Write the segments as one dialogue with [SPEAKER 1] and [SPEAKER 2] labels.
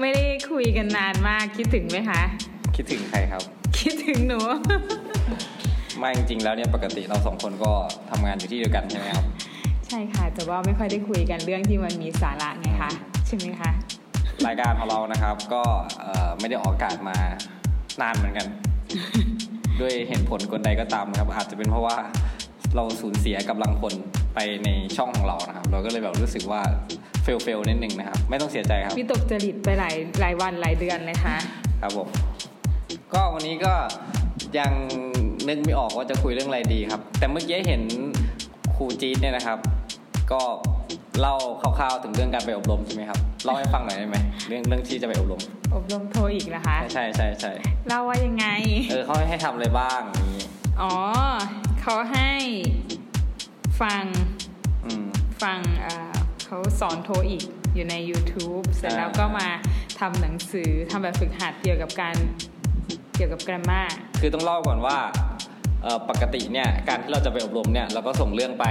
[SPEAKER 1] ไม่ได้คุยกันนานมากคิดถึงไหมคะ
[SPEAKER 2] คิดถึงใครครับ
[SPEAKER 1] คิดถึงหนู
[SPEAKER 2] ไม่จริงๆแล้วเนี่ยปกติเราสองคนก็ทำงานอยู่ที่เดียวกันใช่ไหมครับ
[SPEAKER 1] ใช่ค่ะ แต่ว่าไม่ค่อยได้คุยกันเรื่องที่มันมีสาระไงคะใช่ไหมคะ
[SPEAKER 2] รายการของเรานะครับ ก็เอ่อไม่ได้ออกอากาศมานานเหมือนกัน ด้วยเหตุผลคนใดก็ตามนะครับ อาจจะเป็นเพราะว่าเราสูญเสียกำลังพลไปในช่องของเรานะครับ เราก็เลยแบบรู้สึกว่าเฟลเฟลนิดนึงนะครับ ไม่ต้องเสียใจครับ
[SPEAKER 1] พี่ตกจริตไปหลายหลายวันหลายเดือนเลยค่ะ
[SPEAKER 2] ครับผมก็วันนี้ก็ยังนึกไม่ออกว่าจะคุยเรื่องอะไรดีครับ แต่เมื่อกี้เห็นครูจี๊ดเนี่ยนะครับ ก็เล่าคร่าวๆถึงเรื่องการไปอบรมใช่ไหมครับเล่าให้ฟังหน่อยได้ไหมเรื่องเรื่องที่จะไปอบรม
[SPEAKER 1] อบรมโทรอีกนะคะ
[SPEAKER 2] ใช่ใช่ใช่
[SPEAKER 1] เล่าว่ายังไง
[SPEAKER 2] เออเขาให้ทำอะไรบ้างนี้
[SPEAKER 1] อ๋อ เขาให้ฟัง
[SPEAKER 2] อืม
[SPEAKER 1] ฟังเอ่อเขาสอนโทอีกอยู่ใน YouTube เสร็จแล้ว
[SPEAKER 2] อ่า
[SPEAKER 1] ก็มาทำหนังสือทำแบบฝึกหัดเกี่ยวกับการเกี่ยวกับกรมมา
[SPEAKER 2] คือต้องเล่าก่อนว่าเอ่อปกติเนี่ยการที่เราจะไปอบรมเนี่ยเราก็ส่งเรื่องไป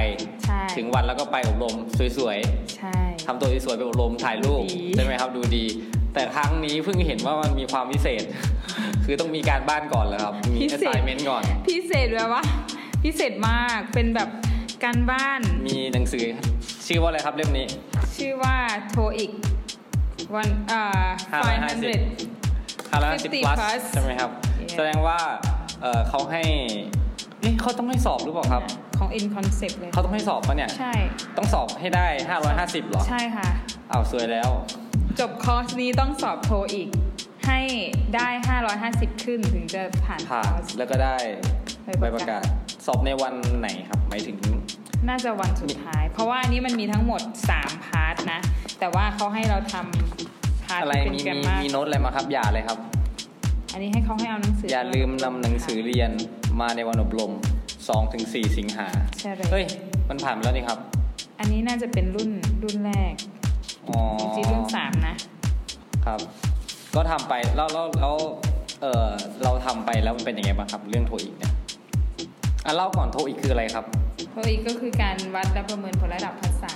[SPEAKER 1] ใช่
[SPEAKER 2] ถึงวันแล้วก็ไปอบรมสวยๆ
[SPEAKER 1] ใช่
[SPEAKER 2] ทำตัวสวยๆไปอบรมถ่ายรูป
[SPEAKER 1] ดี
[SPEAKER 2] ใช่ไหมครับดูดี แต่ครั้งนี้เพิ่งเห็นว่ามันมีความพิเศษ คือต้องมีการบ้านก่อนแล้วครับ มี
[SPEAKER 1] พิเศษ
[SPEAKER 2] assignment ก่อน
[SPEAKER 1] พิเศษแบบว่า พิเศษมากเป็นแบบการบ้าน
[SPEAKER 2] มีหนังสือ ชื่อว่าอะไรครับเล่มนี้
[SPEAKER 1] ชื่อว่าโทอีกวันเอ่อ500
[SPEAKER 2] 550 550 plus
[SPEAKER 1] plus
[SPEAKER 2] ใช่ไหมครับ
[SPEAKER 1] Yeah
[SPEAKER 2] แสดงว่าเอ่อเขาให้เอ๊ะเขาต้องให้สอบหรือเปล่าครับ
[SPEAKER 1] ของ in concept เลย
[SPEAKER 2] เขาต้องให้สอบปะเนี่ย
[SPEAKER 1] ใช่
[SPEAKER 2] ต้องสอบให้ได้ 550เหรอ
[SPEAKER 1] ใช่ค่ะ
[SPEAKER 2] อ้าวสวยแล้ว
[SPEAKER 1] จบคอร์สนี้ต้องสอบโทอีก ให้ได้ 550 ขึ้นถึงจะผ่านค
[SPEAKER 2] ผ่า
[SPEAKER 1] อน ร์ส
[SPEAKER 2] แล้วก็ได้
[SPEAKER 1] ใบ
[SPEAKER 2] ใบ
[SPEAKER 1] ป
[SPEAKER 2] ประ
[SPEAKER 1] กาศ
[SPEAKER 2] ระกาศ สอบในวันไหนครับหมายถึง
[SPEAKER 1] น่าจะวันสุดท้าย เพราะว่าอันนี้มันมีทั้งหมด 3 พาร์ทนะ แต่ว่าเขาให้เราทำพาร์ท
[SPEAKER 2] อะไร
[SPEAKER 1] เป็น
[SPEAKER 2] มี
[SPEAKER 1] แกรม
[SPEAKER 2] มี
[SPEAKER 1] มา
[SPEAKER 2] มีโน้ตอะไรมาครับอย่าเลยครับ
[SPEAKER 1] อันนี้ให้เขาให้เอาหนังสืออย่
[SPEAKER 2] อาลืมนำหนังสือเรียนมาในวันอบรม 2-4 สิงหา
[SPEAKER 1] ใช่เล
[SPEAKER 2] เฮ้
[SPEAKER 1] ย
[SPEAKER 2] ย มันผ่านไปแล้วนี่ครับ
[SPEAKER 1] อันนี้น่าจะเป็นรุ่นรุ่นแรก
[SPEAKER 2] อ๋อ
[SPEAKER 1] จริงๆรุ่น 3 นะ
[SPEAKER 2] ครับ ก็ทำไป แล้วแล้วแล้วเออเราทำไปแล้วมันเป็นยังไงบ้างครับ เรื่องโทอีกเนี่ย อ่ะเล่าก่อนโทอีกคืออะไรครับ
[SPEAKER 1] โทอีกก็คือการวัดและประเมินผลระดับภาษา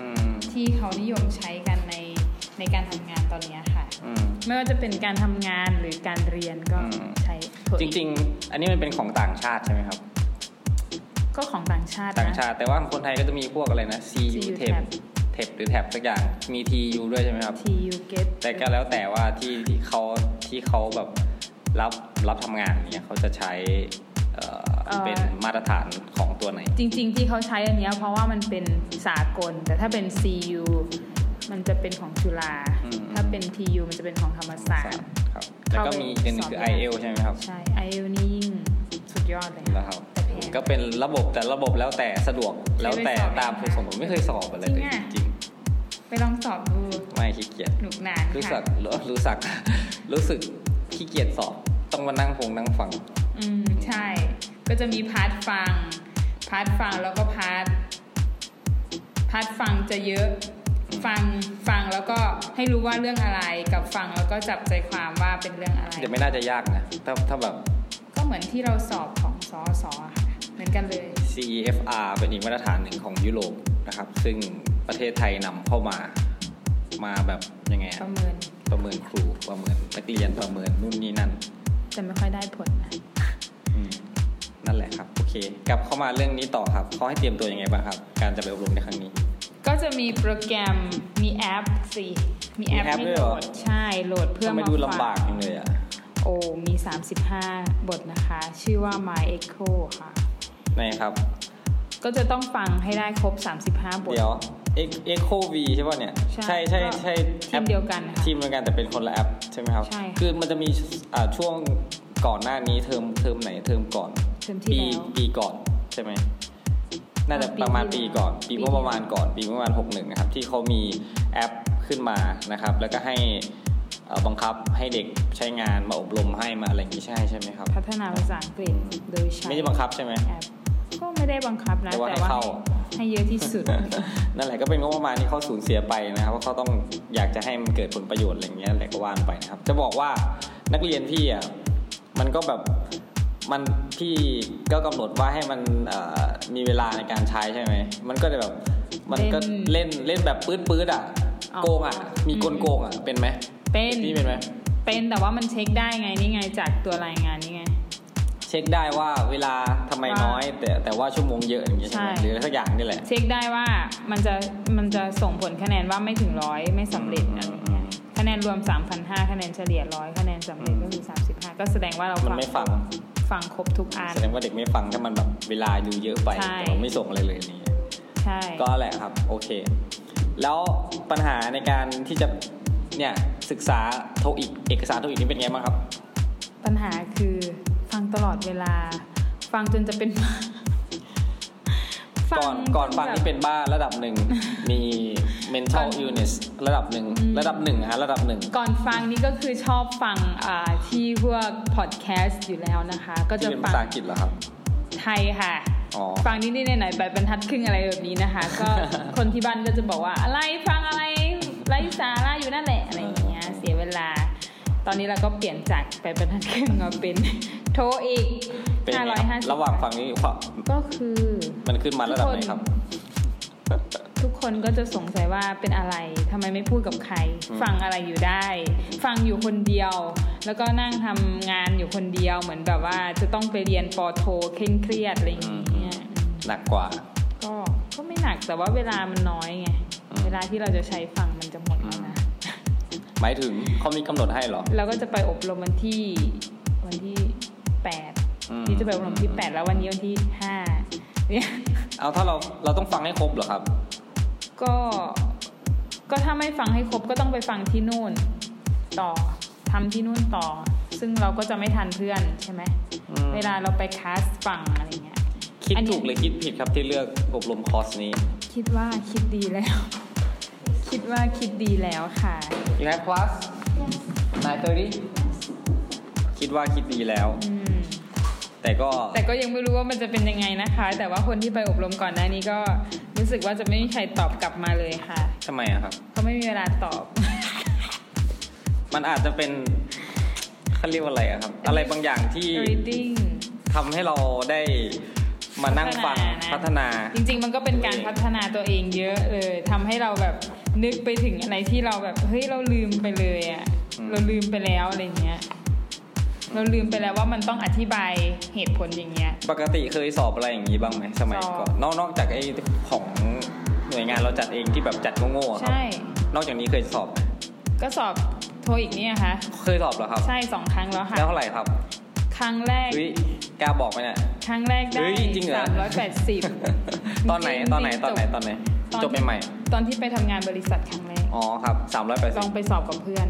[SPEAKER 2] อืม
[SPEAKER 1] ที่เขานิยมใช้กันในในการทำงานตอนเนี้ยค่ะ
[SPEAKER 2] อืม
[SPEAKER 1] ไม่ว่าจะเป็นการทำงานหรือการเรียนก็
[SPEAKER 2] อืม
[SPEAKER 1] ใช้โท
[SPEAKER 2] จ
[SPEAKER 1] อีก
[SPEAKER 2] ริง ๆ อันนี้มันเป็นของต่างชาติใช่ไหมครับ
[SPEAKER 1] ก็ของต่างชาติ
[SPEAKER 2] ต่าง
[SPEAKER 1] นะ
[SPEAKER 2] ชาติ แต่ว่าคนไทยก็จะมีพวกอะไรนะ CU
[SPEAKER 1] CU
[SPEAKER 2] TEP
[SPEAKER 1] Tab
[SPEAKER 2] TEP หรือ TAP สักอย่าง มี TU ด้วยใช่ไหมครับ
[SPEAKER 1] ที่ you get
[SPEAKER 2] แต่ก็แล้วแต่ว่าที่ที่เขาที่เขาแบบรับรับทำงานเนี่ยเขาจะใช้เอ่อ
[SPEAKER 1] เอ่อ
[SPEAKER 2] เป็นมาตรฐานของตัวไหน
[SPEAKER 1] จริงๆ ที่เขาใช้อันเนี้ยเพราะว่ามันเป็นสากล แต่ถ้าเป็น CU มันจะเป็นของจุฬา
[SPEAKER 2] อืม
[SPEAKER 1] ถ้าเป็น TU มันจะเป็นของธรรมศาสตร์
[SPEAKER 2] ครับแล้วก็มีอีกอันหนึงคือ
[SPEAKER 1] เข้าไป
[SPEAKER 2] IL ใช่ไหมครับ
[SPEAKER 1] ใช่ไอเอลนี่ยิ่งสุดยอดเลย
[SPEAKER 2] แล้ว
[SPEAKER 1] ค่ะ
[SPEAKER 2] ครับ
[SPEAKER 1] แต่แพง
[SPEAKER 2] ก็เป็นระบบแต่ระบบแล้วแต่สะดวกแล้วแต่
[SPEAKER 1] เคยไปสอบไหม
[SPEAKER 2] ตามคุณสมบัติไม่เคยสอบอะไร
[SPEAKER 1] จริ
[SPEAKER 2] เลย
[SPEAKER 1] งอะ
[SPEAKER 2] จริง
[SPEAKER 1] ไปลองสอบดู
[SPEAKER 2] ๆไม่ขี้เกียจ
[SPEAKER 1] หนุกหนาน
[SPEAKER 2] รู้สึ
[SPEAKER 1] ค่ะ
[SPEAKER 2] กรู้สึกรู้สึกขี้เกียจสอบต้องมานั่งพงนั่งฟัง
[SPEAKER 1] อืมใช่ ก็จะมีพาร์ทฟัง พาร์ทฟังแล้วก็พาร์ทพาร์ทฟังจะเยอะ ฟังฟังแล้วก็ให้รู้ว่าเรื่องอะไรกับฟังแล้วก็จับใจความว่าเป็นเรื่องอะไร
[SPEAKER 2] เดี๋ยวไม่น่าจะยากนะถ้าถ้าแบบ
[SPEAKER 1] ก็เหมือนที่เราสอบของสอสอค่ะเหมือนกันเลย
[SPEAKER 2] CEFR เป็นอีกมาตรฐานหนึ่งของยุโรปนะครับ ซึ่งประเทศไทยนำเข้ามา มาแบบยังไง
[SPEAKER 1] ป
[SPEAKER 2] อะ
[SPEAKER 1] ระเมิน
[SPEAKER 2] ประเมินครู ประเมินนักเรียนประเมินนู่นนี่นั่น
[SPEAKER 1] แต่ไม่ค่อยได้ผลนะ
[SPEAKER 2] อืมนั่นแหละครับ โอเค กลับเข้ามาเรื่องนี้ต่อครับเขาให้เตรียมตัวยังไงบ้างครับ การจะไปอบรมในครั้งนี้
[SPEAKER 1] ก็จะมีโปรแกรมมีแอปสิมีแอป
[SPEAKER 2] มีแอป
[SPEAKER 1] ให้
[SPEAKER 2] ด้วย
[SPEAKER 1] โหล
[SPEAKER 2] เหรอ
[SPEAKER 1] ดใช่โหลดเพื่อ
[SPEAKER 2] ทำไม
[SPEAKER 1] มา
[SPEAKER 2] ดู
[SPEAKER 1] ฟั
[SPEAKER 2] ลำบากจังเลยอ่ะ
[SPEAKER 1] โอ้มี 35 บทนะคะ ชื่อว่า My Echo ค่ะ
[SPEAKER 2] ไหนครับ
[SPEAKER 1] ก็จะต้องฟังให้ได้ครบ 35 บท
[SPEAKER 2] เดี๋ยว Echo V ใช่ป่ะเนี่ย
[SPEAKER 1] ใช่
[SPEAKER 2] ใช่
[SPEAKER 1] ก็
[SPEAKER 2] ใช่
[SPEAKER 1] ทีม
[SPEAKER 2] แอป
[SPEAKER 1] เดียวกันค่ะ
[SPEAKER 2] ทีมเดียวกันแต่เป็นคนละแอปใช่ไหมครับ
[SPEAKER 1] ใช่ค่ะ
[SPEAKER 2] คือมันจะมีอ่าช่วงก่อนหน้านี้เทอมเทอมไหนเทอมก่อน
[SPEAKER 1] เทอมที่
[SPEAKER 2] ปี
[SPEAKER 1] แล้ว
[SPEAKER 2] ปีก่อนใช่ไหมน่าจะ
[SPEAKER 1] อ่าปี
[SPEAKER 2] ประมาณ
[SPEAKER 1] ที่
[SPEAKER 2] ปี
[SPEAKER 1] แล้ว
[SPEAKER 2] ก่อน
[SPEAKER 1] ปี
[SPEAKER 2] ปี
[SPEAKER 1] ที่
[SPEAKER 2] เมื่อประมาณ
[SPEAKER 1] แล้ว
[SPEAKER 2] ก่อน ปีเมื่อประมาณหกหนึ่งนะครับที่เขามีแอปขึ้นมานะครับ แล้วก็ให้เอ่อบังคับให้เด็กใช้งานมาอบรมให้มาอะไรอย่างนี้ใช่ใช่ไหมครับ
[SPEAKER 1] พัฒนาภาษาอังกฤษโดยใช้
[SPEAKER 2] ไม่ได้บังคับใช่ไหม
[SPEAKER 1] แอป ก็ไม่ได้บังคับนะ
[SPEAKER 2] แต่ว่าให้เข้า
[SPEAKER 1] ให้ให้เยอะที่ สุด
[SPEAKER 2] นั่นแหละก็เป็นงบประมาณที่เขาสูญเสียไปนะครับว่าเขาต้องอยากจะให้มันเกิดผลประโยชน์อะไรอย่างเงี้ยแหละก็ว่านไปนะครับ จะบอกว่านักเรียนพี่อ่ะมันก็แบบมันพี่ก็กำหนดว่าให้มันเอ่อมีเวลาในการใช้ใช่ไหมมันก็จะแบบมันก็
[SPEAKER 1] เล่น
[SPEAKER 2] เล่นเล่นแบบปื๊ดปื๊ดๆอ่ะ
[SPEAKER 1] อ๋อ
[SPEAKER 2] โกงอ่ะมี
[SPEAKER 1] อืม
[SPEAKER 2] กลโกงอ่ะเป็นไหม
[SPEAKER 1] เป็น
[SPEAKER 2] พี่เป็นไหม
[SPEAKER 1] เป็นแต่ว่ามันเช็คได้ไงนี่ไงจากตัวรายงานนี่ไง
[SPEAKER 2] เช็คได้ว่าเวลาทำไมน้อย แต่แต่ว่าชั่วโมงเยอะอย่างเงี้ยใช่ไหม
[SPEAKER 1] ใช่
[SPEAKER 2] หรืออะไรสักอย่างนี่แหละ
[SPEAKER 1] เช็คได้ว่ามันจะมันจะส่งผลคะแนนว่าไม่ถึงร้อยไม่สำเร็จอะไรอย่างเงี้ยคะแนนรวม 3,500คะแนนเฉลี่ยร้อยคะแนนสำเร็จก็คือ35 ก็แสดงว่าเรา
[SPEAKER 2] มัน
[SPEAKER 1] ฟัง
[SPEAKER 2] ไม่ฟัง
[SPEAKER 1] ฟังครบทุกอัน
[SPEAKER 2] แสดงว่าเด็กไม่ฟังถ้ามันแบบเวลาดูเยอะไป
[SPEAKER 1] ใช่
[SPEAKER 2] แต่ว่าไม่ส่งอะไรเลยอะไรเงี้ย
[SPEAKER 1] ใช่
[SPEAKER 2] ก็แหละครับโอเค แล้วปัญหาในการที่จะเนี่ยศึกษาโทอีกเอกสารโทอีกนี่เป็นไงบ้างครับ
[SPEAKER 1] ปัญหาคือฟังตลอดเวลา ฟังจน จะเป็นบ้า
[SPEAKER 2] ก่อนก่อนฟัง
[SPEAKER 1] จแบบ
[SPEAKER 2] นี่เป็นบ้าระดับหนึ่ง มี mental
[SPEAKER 1] ก่อน
[SPEAKER 2] illness ระดับหนึ่ง
[SPEAKER 1] อืม
[SPEAKER 2] ระดับหนึ่งฮะระดับหนึ่ง
[SPEAKER 1] ก่อนฟังนี่ก็คือชอบฟังอ่าที่พวกพอดแคสต์อยู่แล้วนะคะ ก็
[SPEAKER 2] ที่
[SPEAKER 1] จะ
[SPEAKER 2] เป็น
[SPEAKER 1] ฟั
[SPEAKER 2] ภาง ษาอังกฤษเหรอครับ
[SPEAKER 1] ไทยค่ะ
[SPEAKER 2] อ๋อ
[SPEAKER 1] ฟังนิดๆหน่อยๆแบบบรรทัดครึ่งอะไรแบบนี้นะคะ ก็ คนที่บ้านก็จะบอกว่าอะไรฟังอะไรไร้สาระอยู่นั่นแหละอะไรอย่างเงี้ยเสียเวลา ตอนนี้เราก็เปลี่ยนจากไปบรรทัดครึ่งมาเป็น โทรอีก
[SPEAKER 2] เป็น
[SPEAKER 1] ห้า
[SPEAKER 2] ไง
[SPEAKER 1] ร้อย
[SPEAKER 2] ค
[SPEAKER 1] ห้า
[SPEAKER 2] รับ
[SPEAKER 1] สิบ
[SPEAKER 2] ระหว่างฟังนี่ความ
[SPEAKER 1] ก็คือ
[SPEAKER 2] มันขึ้นมาระดับไหนครับ
[SPEAKER 1] ทุกคนก็จะสงสัยว่าเป็นอะไรทำไมไม่พูดกับใคร
[SPEAKER 2] อืม
[SPEAKER 1] ฟังอะไรอยู่ได้ ฟังอยู่คนเดียว แล้วก็นั่งทำงานอยู่คนเดียวเหมือนแบบว่าจะต้องไปเรียนปอโทเคร่งเครียดอะไรอย่างเงี้ย
[SPEAKER 2] หนักกว่า
[SPEAKER 1] ก็ก็ไม่หนักแต่ว่าเวลามันน้อยไง
[SPEAKER 2] อืม
[SPEAKER 1] เวลาที่เราจะใช้ฟังมันจะหมดแล้วนะ
[SPEAKER 2] หมายถึงเขามีกำหนดให้เหรอ
[SPEAKER 1] เราก็จะไปอบรมวันที่วันที่แปด
[SPEAKER 2] อืม
[SPEAKER 1] ที่จะไปอบรมที่แปดแล้ววันนี้วันที่ ห้าเนี่ย
[SPEAKER 2] เอาถ้าเราเราต้องฟังให้ครบเหรอครับ
[SPEAKER 1] ก็ก็ถ้าไม่ฟังให้ครบก็ต้องไปฟังที่นู่นต่อทำที่นู่นต่อ ซึ่งเราก็จะไม่ทันเพื่อนใช่ไหม
[SPEAKER 2] อืม
[SPEAKER 1] เวลาเราไปคลาสฟังอะไรเงี้ย
[SPEAKER 2] คิด
[SPEAKER 1] อันนี้
[SPEAKER 2] ถูกหรือคิดผิดครับที่เลือกอบรมคอร์สนี้
[SPEAKER 1] คิดว่าคิดดีแล้ว คิดว่าคิดดีแล้วค่ะ
[SPEAKER 2] อยู่ในคลาสนายเตอรี่คิดว่าคิดดีแล้ว
[SPEAKER 1] อืม
[SPEAKER 2] แต่ก็
[SPEAKER 1] แต่ก็ยังไม่รู้ว่ามันจะเป็นยังไงนะคะ แต่ว่าคนที่ไปอบรมก่อนหน้านี้ก็รู้สึกว่าจะไม่มีใครตอบกลับมาเลยค่ะ
[SPEAKER 2] ทำไมอะครับ
[SPEAKER 1] ก็ไม่มีเวลาตอบ
[SPEAKER 2] มันอาจจะเป็นเขาเรียกว่าอะไรอะครับ อะไรบางอย่างที่
[SPEAKER 1] reading
[SPEAKER 2] ทำให้เราได้มานั่งฟังพัฒนา
[SPEAKER 1] จริง ๆ มันก็เป็นการพัฒนาตัวเองเยอะเลยทำให้เราแบบนึกไปถึงอะไรที่เราแบบเฮ้ยเราลืมไปเลยอะ
[SPEAKER 2] อืม
[SPEAKER 1] เราลืมไปแล้วอะไรเงี้ย เราลืมไปแล้วว่ามันต้องอธิบายเหตุผลอย่างเงี้ย
[SPEAKER 2] ปกติเคยสอบอะไรอย่างนี้บ้างไหมสมัย
[SPEAKER 1] สอบ
[SPEAKER 2] ก่อนนอกนอกจากไอ้ของหน่วยงานเราจัดเองที่แบบจัดโง่ๆอะครับ
[SPEAKER 1] ใช่
[SPEAKER 2] นอกจากนี้เคยสอบ
[SPEAKER 1] ก็สอบโทอีกเนี่ยค่ะ
[SPEAKER 2] เคยสอบเหรอครับ
[SPEAKER 1] ใช่สองครั้งแล้วค่ะ
[SPEAKER 2] แล้วเท่าไหร่ครับ
[SPEAKER 1] ครั้งแรก
[SPEAKER 2] เฮ้ยกล้าบอกไหมเนี่ย
[SPEAKER 1] ครั้งแรกได้
[SPEAKER 2] เฮ้ยจริงเหรอ
[SPEAKER 1] สามร้อยแปดสิบ
[SPEAKER 2] ตอนไหนตอนไหนตอนไหนตอนไหน
[SPEAKER 1] ตอน
[SPEAKER 2] จบใหม่
[SPEAKER 1] ตอนที่ไปทำงานบริษัทครั้งแรก
[SPEAKER 2] ๆอ๋อครับสามร้อยแปดสิ
[SPEAKER 1] ล
[SPEAKER 2] บ
[SPEAKER 1] องไปสอบกับเพื่อน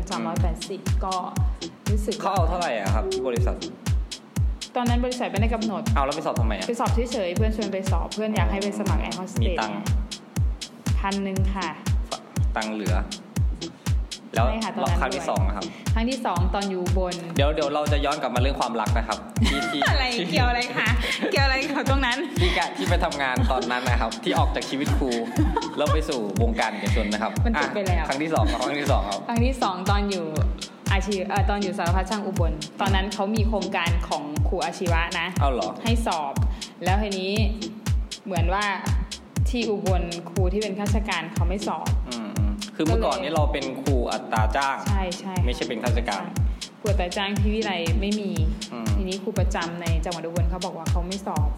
[SPEAKER 1] 380 ก็รู้สึก
[SPEAKER 2] เขาเอาเท่าไหร่อะครับที่บริษัท
[SPEAKER 1] ตอนนั้นบริษัทไม่ได้กำหนด
[SPEAKER 2] เอาแล้วไปสอบทำไมอะ
[SPEAKER 1] ไปสอบเฉยๆ เพื่อนชวนไปสอบ เพื่อนอยากให้ไปสมัครแอร์โฮสเต
[SPEAKER 2] มี
[SPEAKER 1] ส
[SPEAKER 2] ตังค์
[SPEAKER 1] พันหนึ่งค่ะ
[SPEAKER 2] ตังค์เหลือ แล้ว
[SPEAKER 1] ใช่ค่ะตอนนั้น
[SPEAKER 2] ครั้ง
[SPEAKER 1] ด้
[SPEAKER 2] ที่
[SPEAKER 1] วย
[SPEAKER 2] สองอะครับ
[SPEAKER 1] ครั้งที่สองตอนอยู่อุบน
[SPEAKER 2] เดี๋ยวเดี๋ยวเราจะย้อนกลับมาเรื่องความรักนะครับที่ที่
[SPEAKER 1] อะไร
[SPEAKER 2] ที่
[SPEAKER 1] เกี่ยวอะไรคะ เกี่ยวอะไรกับตรงนั้น
[SPEAKER 2] ที่กะที่ไปทำงานตอนนั้นนะครับ ที่ออกจากชีวิตครู แล้วไปสู่วงการเอกชนนะครับ
[SPEAKER 1] มันจบ
[SPEAKER 2] อ่ะ
[SPEAKER 1] ไปแล้ว
[SPEAKER 2] ครั้งที่สองครับครั้งที่สองครับ
[SPEAKER 1] ครั้งที่สองตอนอยู่อาชีเอ่อตอนอยู่สารพัดช่างอุบล ตอนนั้นเขามีโครงการของครูอาชีวะนะ
[SPEAKER 2] เอาเหรอ
[SPEAKER 1] ให้สอบ แล้วทีนี้เหมือนว่าที่อุบลครูที่เป็นข้าราชการเขาไม่สอบ
[SPEAKER 2] อืมอืมคือเมื่อก่อนนี้เราเป็นครูอัตราจ้าง
[SPEAKER 1] ใช่ใช่
[SPEAKER 2] ไม่ใช่เป็นข้าราชการ
[SPEAKER 1] ครูแต่จ้างที่วิไลไม่มี
[SPEAKER 2] อืม
[SPEAKER 1] ทีนี้ครูประจำในจังหวัดอุบลเขาบอกว่าเขาไม่สอบ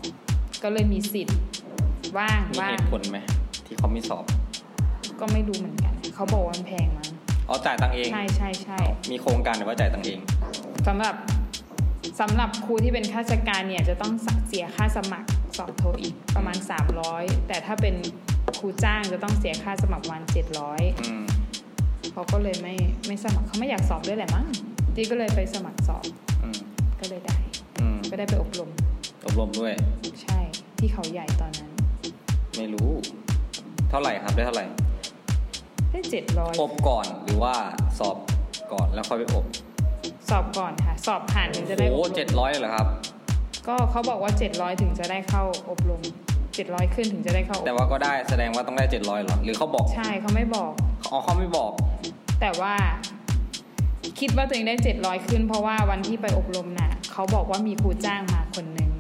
[SPEAKER 1] ก็เลยมีสิทธิ์ว่าง
[SPEAKER 2] มี
[SPEAKER 1] ว่าง
[SPEAKER 2] เหตุผลไหมที่เขาไม่สอบ
[SPEAKER 1] ก็ไม่รู้เหมือนกันเขาบอกว่ามันแพงมั้ง
[SPEAKER 2] เอาจ่ายตังค์เอง
[SPEAKER 1] ใช่ใช่ใช่
[SPEAKER 2] มีโครงการหรือว่าจ่ายตังค์เอง
[SPEAKER 1] สำหรับสำหรับครูที่เป็นข้าราชการเนี่ยจะต้องเสียค่าสมัครสอบโทอีกประมาณ 300 แต่ถ้าเป็นครูจ้างจะต้องเสียค่าสมัครวัน700
[SPEAKER 2] อืม
[SPEAKER 1] เขาก็เลยไม่ไม่สมัครเขาไม่อยากสอบด้วยแหละมั้งจีก็เลยไปสมัครสอบ
[SPEAKER 2] อืม
[SPEAKER 1] ก็เลยได้
[SPEAKER 2] อืม
[SPEAKER 1] ก็ได้ไปอบรม
[SPEAKER 2] อบรมด้วย
[SPEAKER 1] ใช่ที่เขาใหญ่ตอนนั้น
[SPEAKER 2] ไม่รู้ เท่าไหร่ครับได้เท่าไหร่
[SPEAKER 1] ได้เจ็ดร้อย
[SPEAKER 2] อบก่อนหรือว่าสอบก่อนแล้วค่อยไปอบ
[SPEAKER 1] สอบก่อนค่ะ สอบผ่านถึงจะได้
[SPEAKER 2] โอ้
[SPEAKER 1] อบร
[SPEAKER 2] เจ็ด
[SPEAKER 1] ม
[SPEAKER 2] ร้อยเหรอครับ
[SPEAKER 1] ก็เขาบอกว่า 700 ถึงจะได้เข้าอบรม 700 ขึ้นถึงจะได้เข้าอบ
[SPEAKER 2] แต่
[SPEAKER 1] รม
[SPEAKER 2] ว่าก็ได้แสดงว่าต้องได้เจ็ดร้อยหรอ หรือเขาบอก
[SPEAKER 1] ใช่เขาไม่บอก
[SPEAKER 2] อ๋อเขาไม่บอก
[SPEAKER 1] แต่ว่าคิดว่าตัวเองได้ 700 ขึ้น เพราะว่าวันที่ไปอบรมน่ะเขาบอกว่ามีครูจ้างมาคนหนึ่ง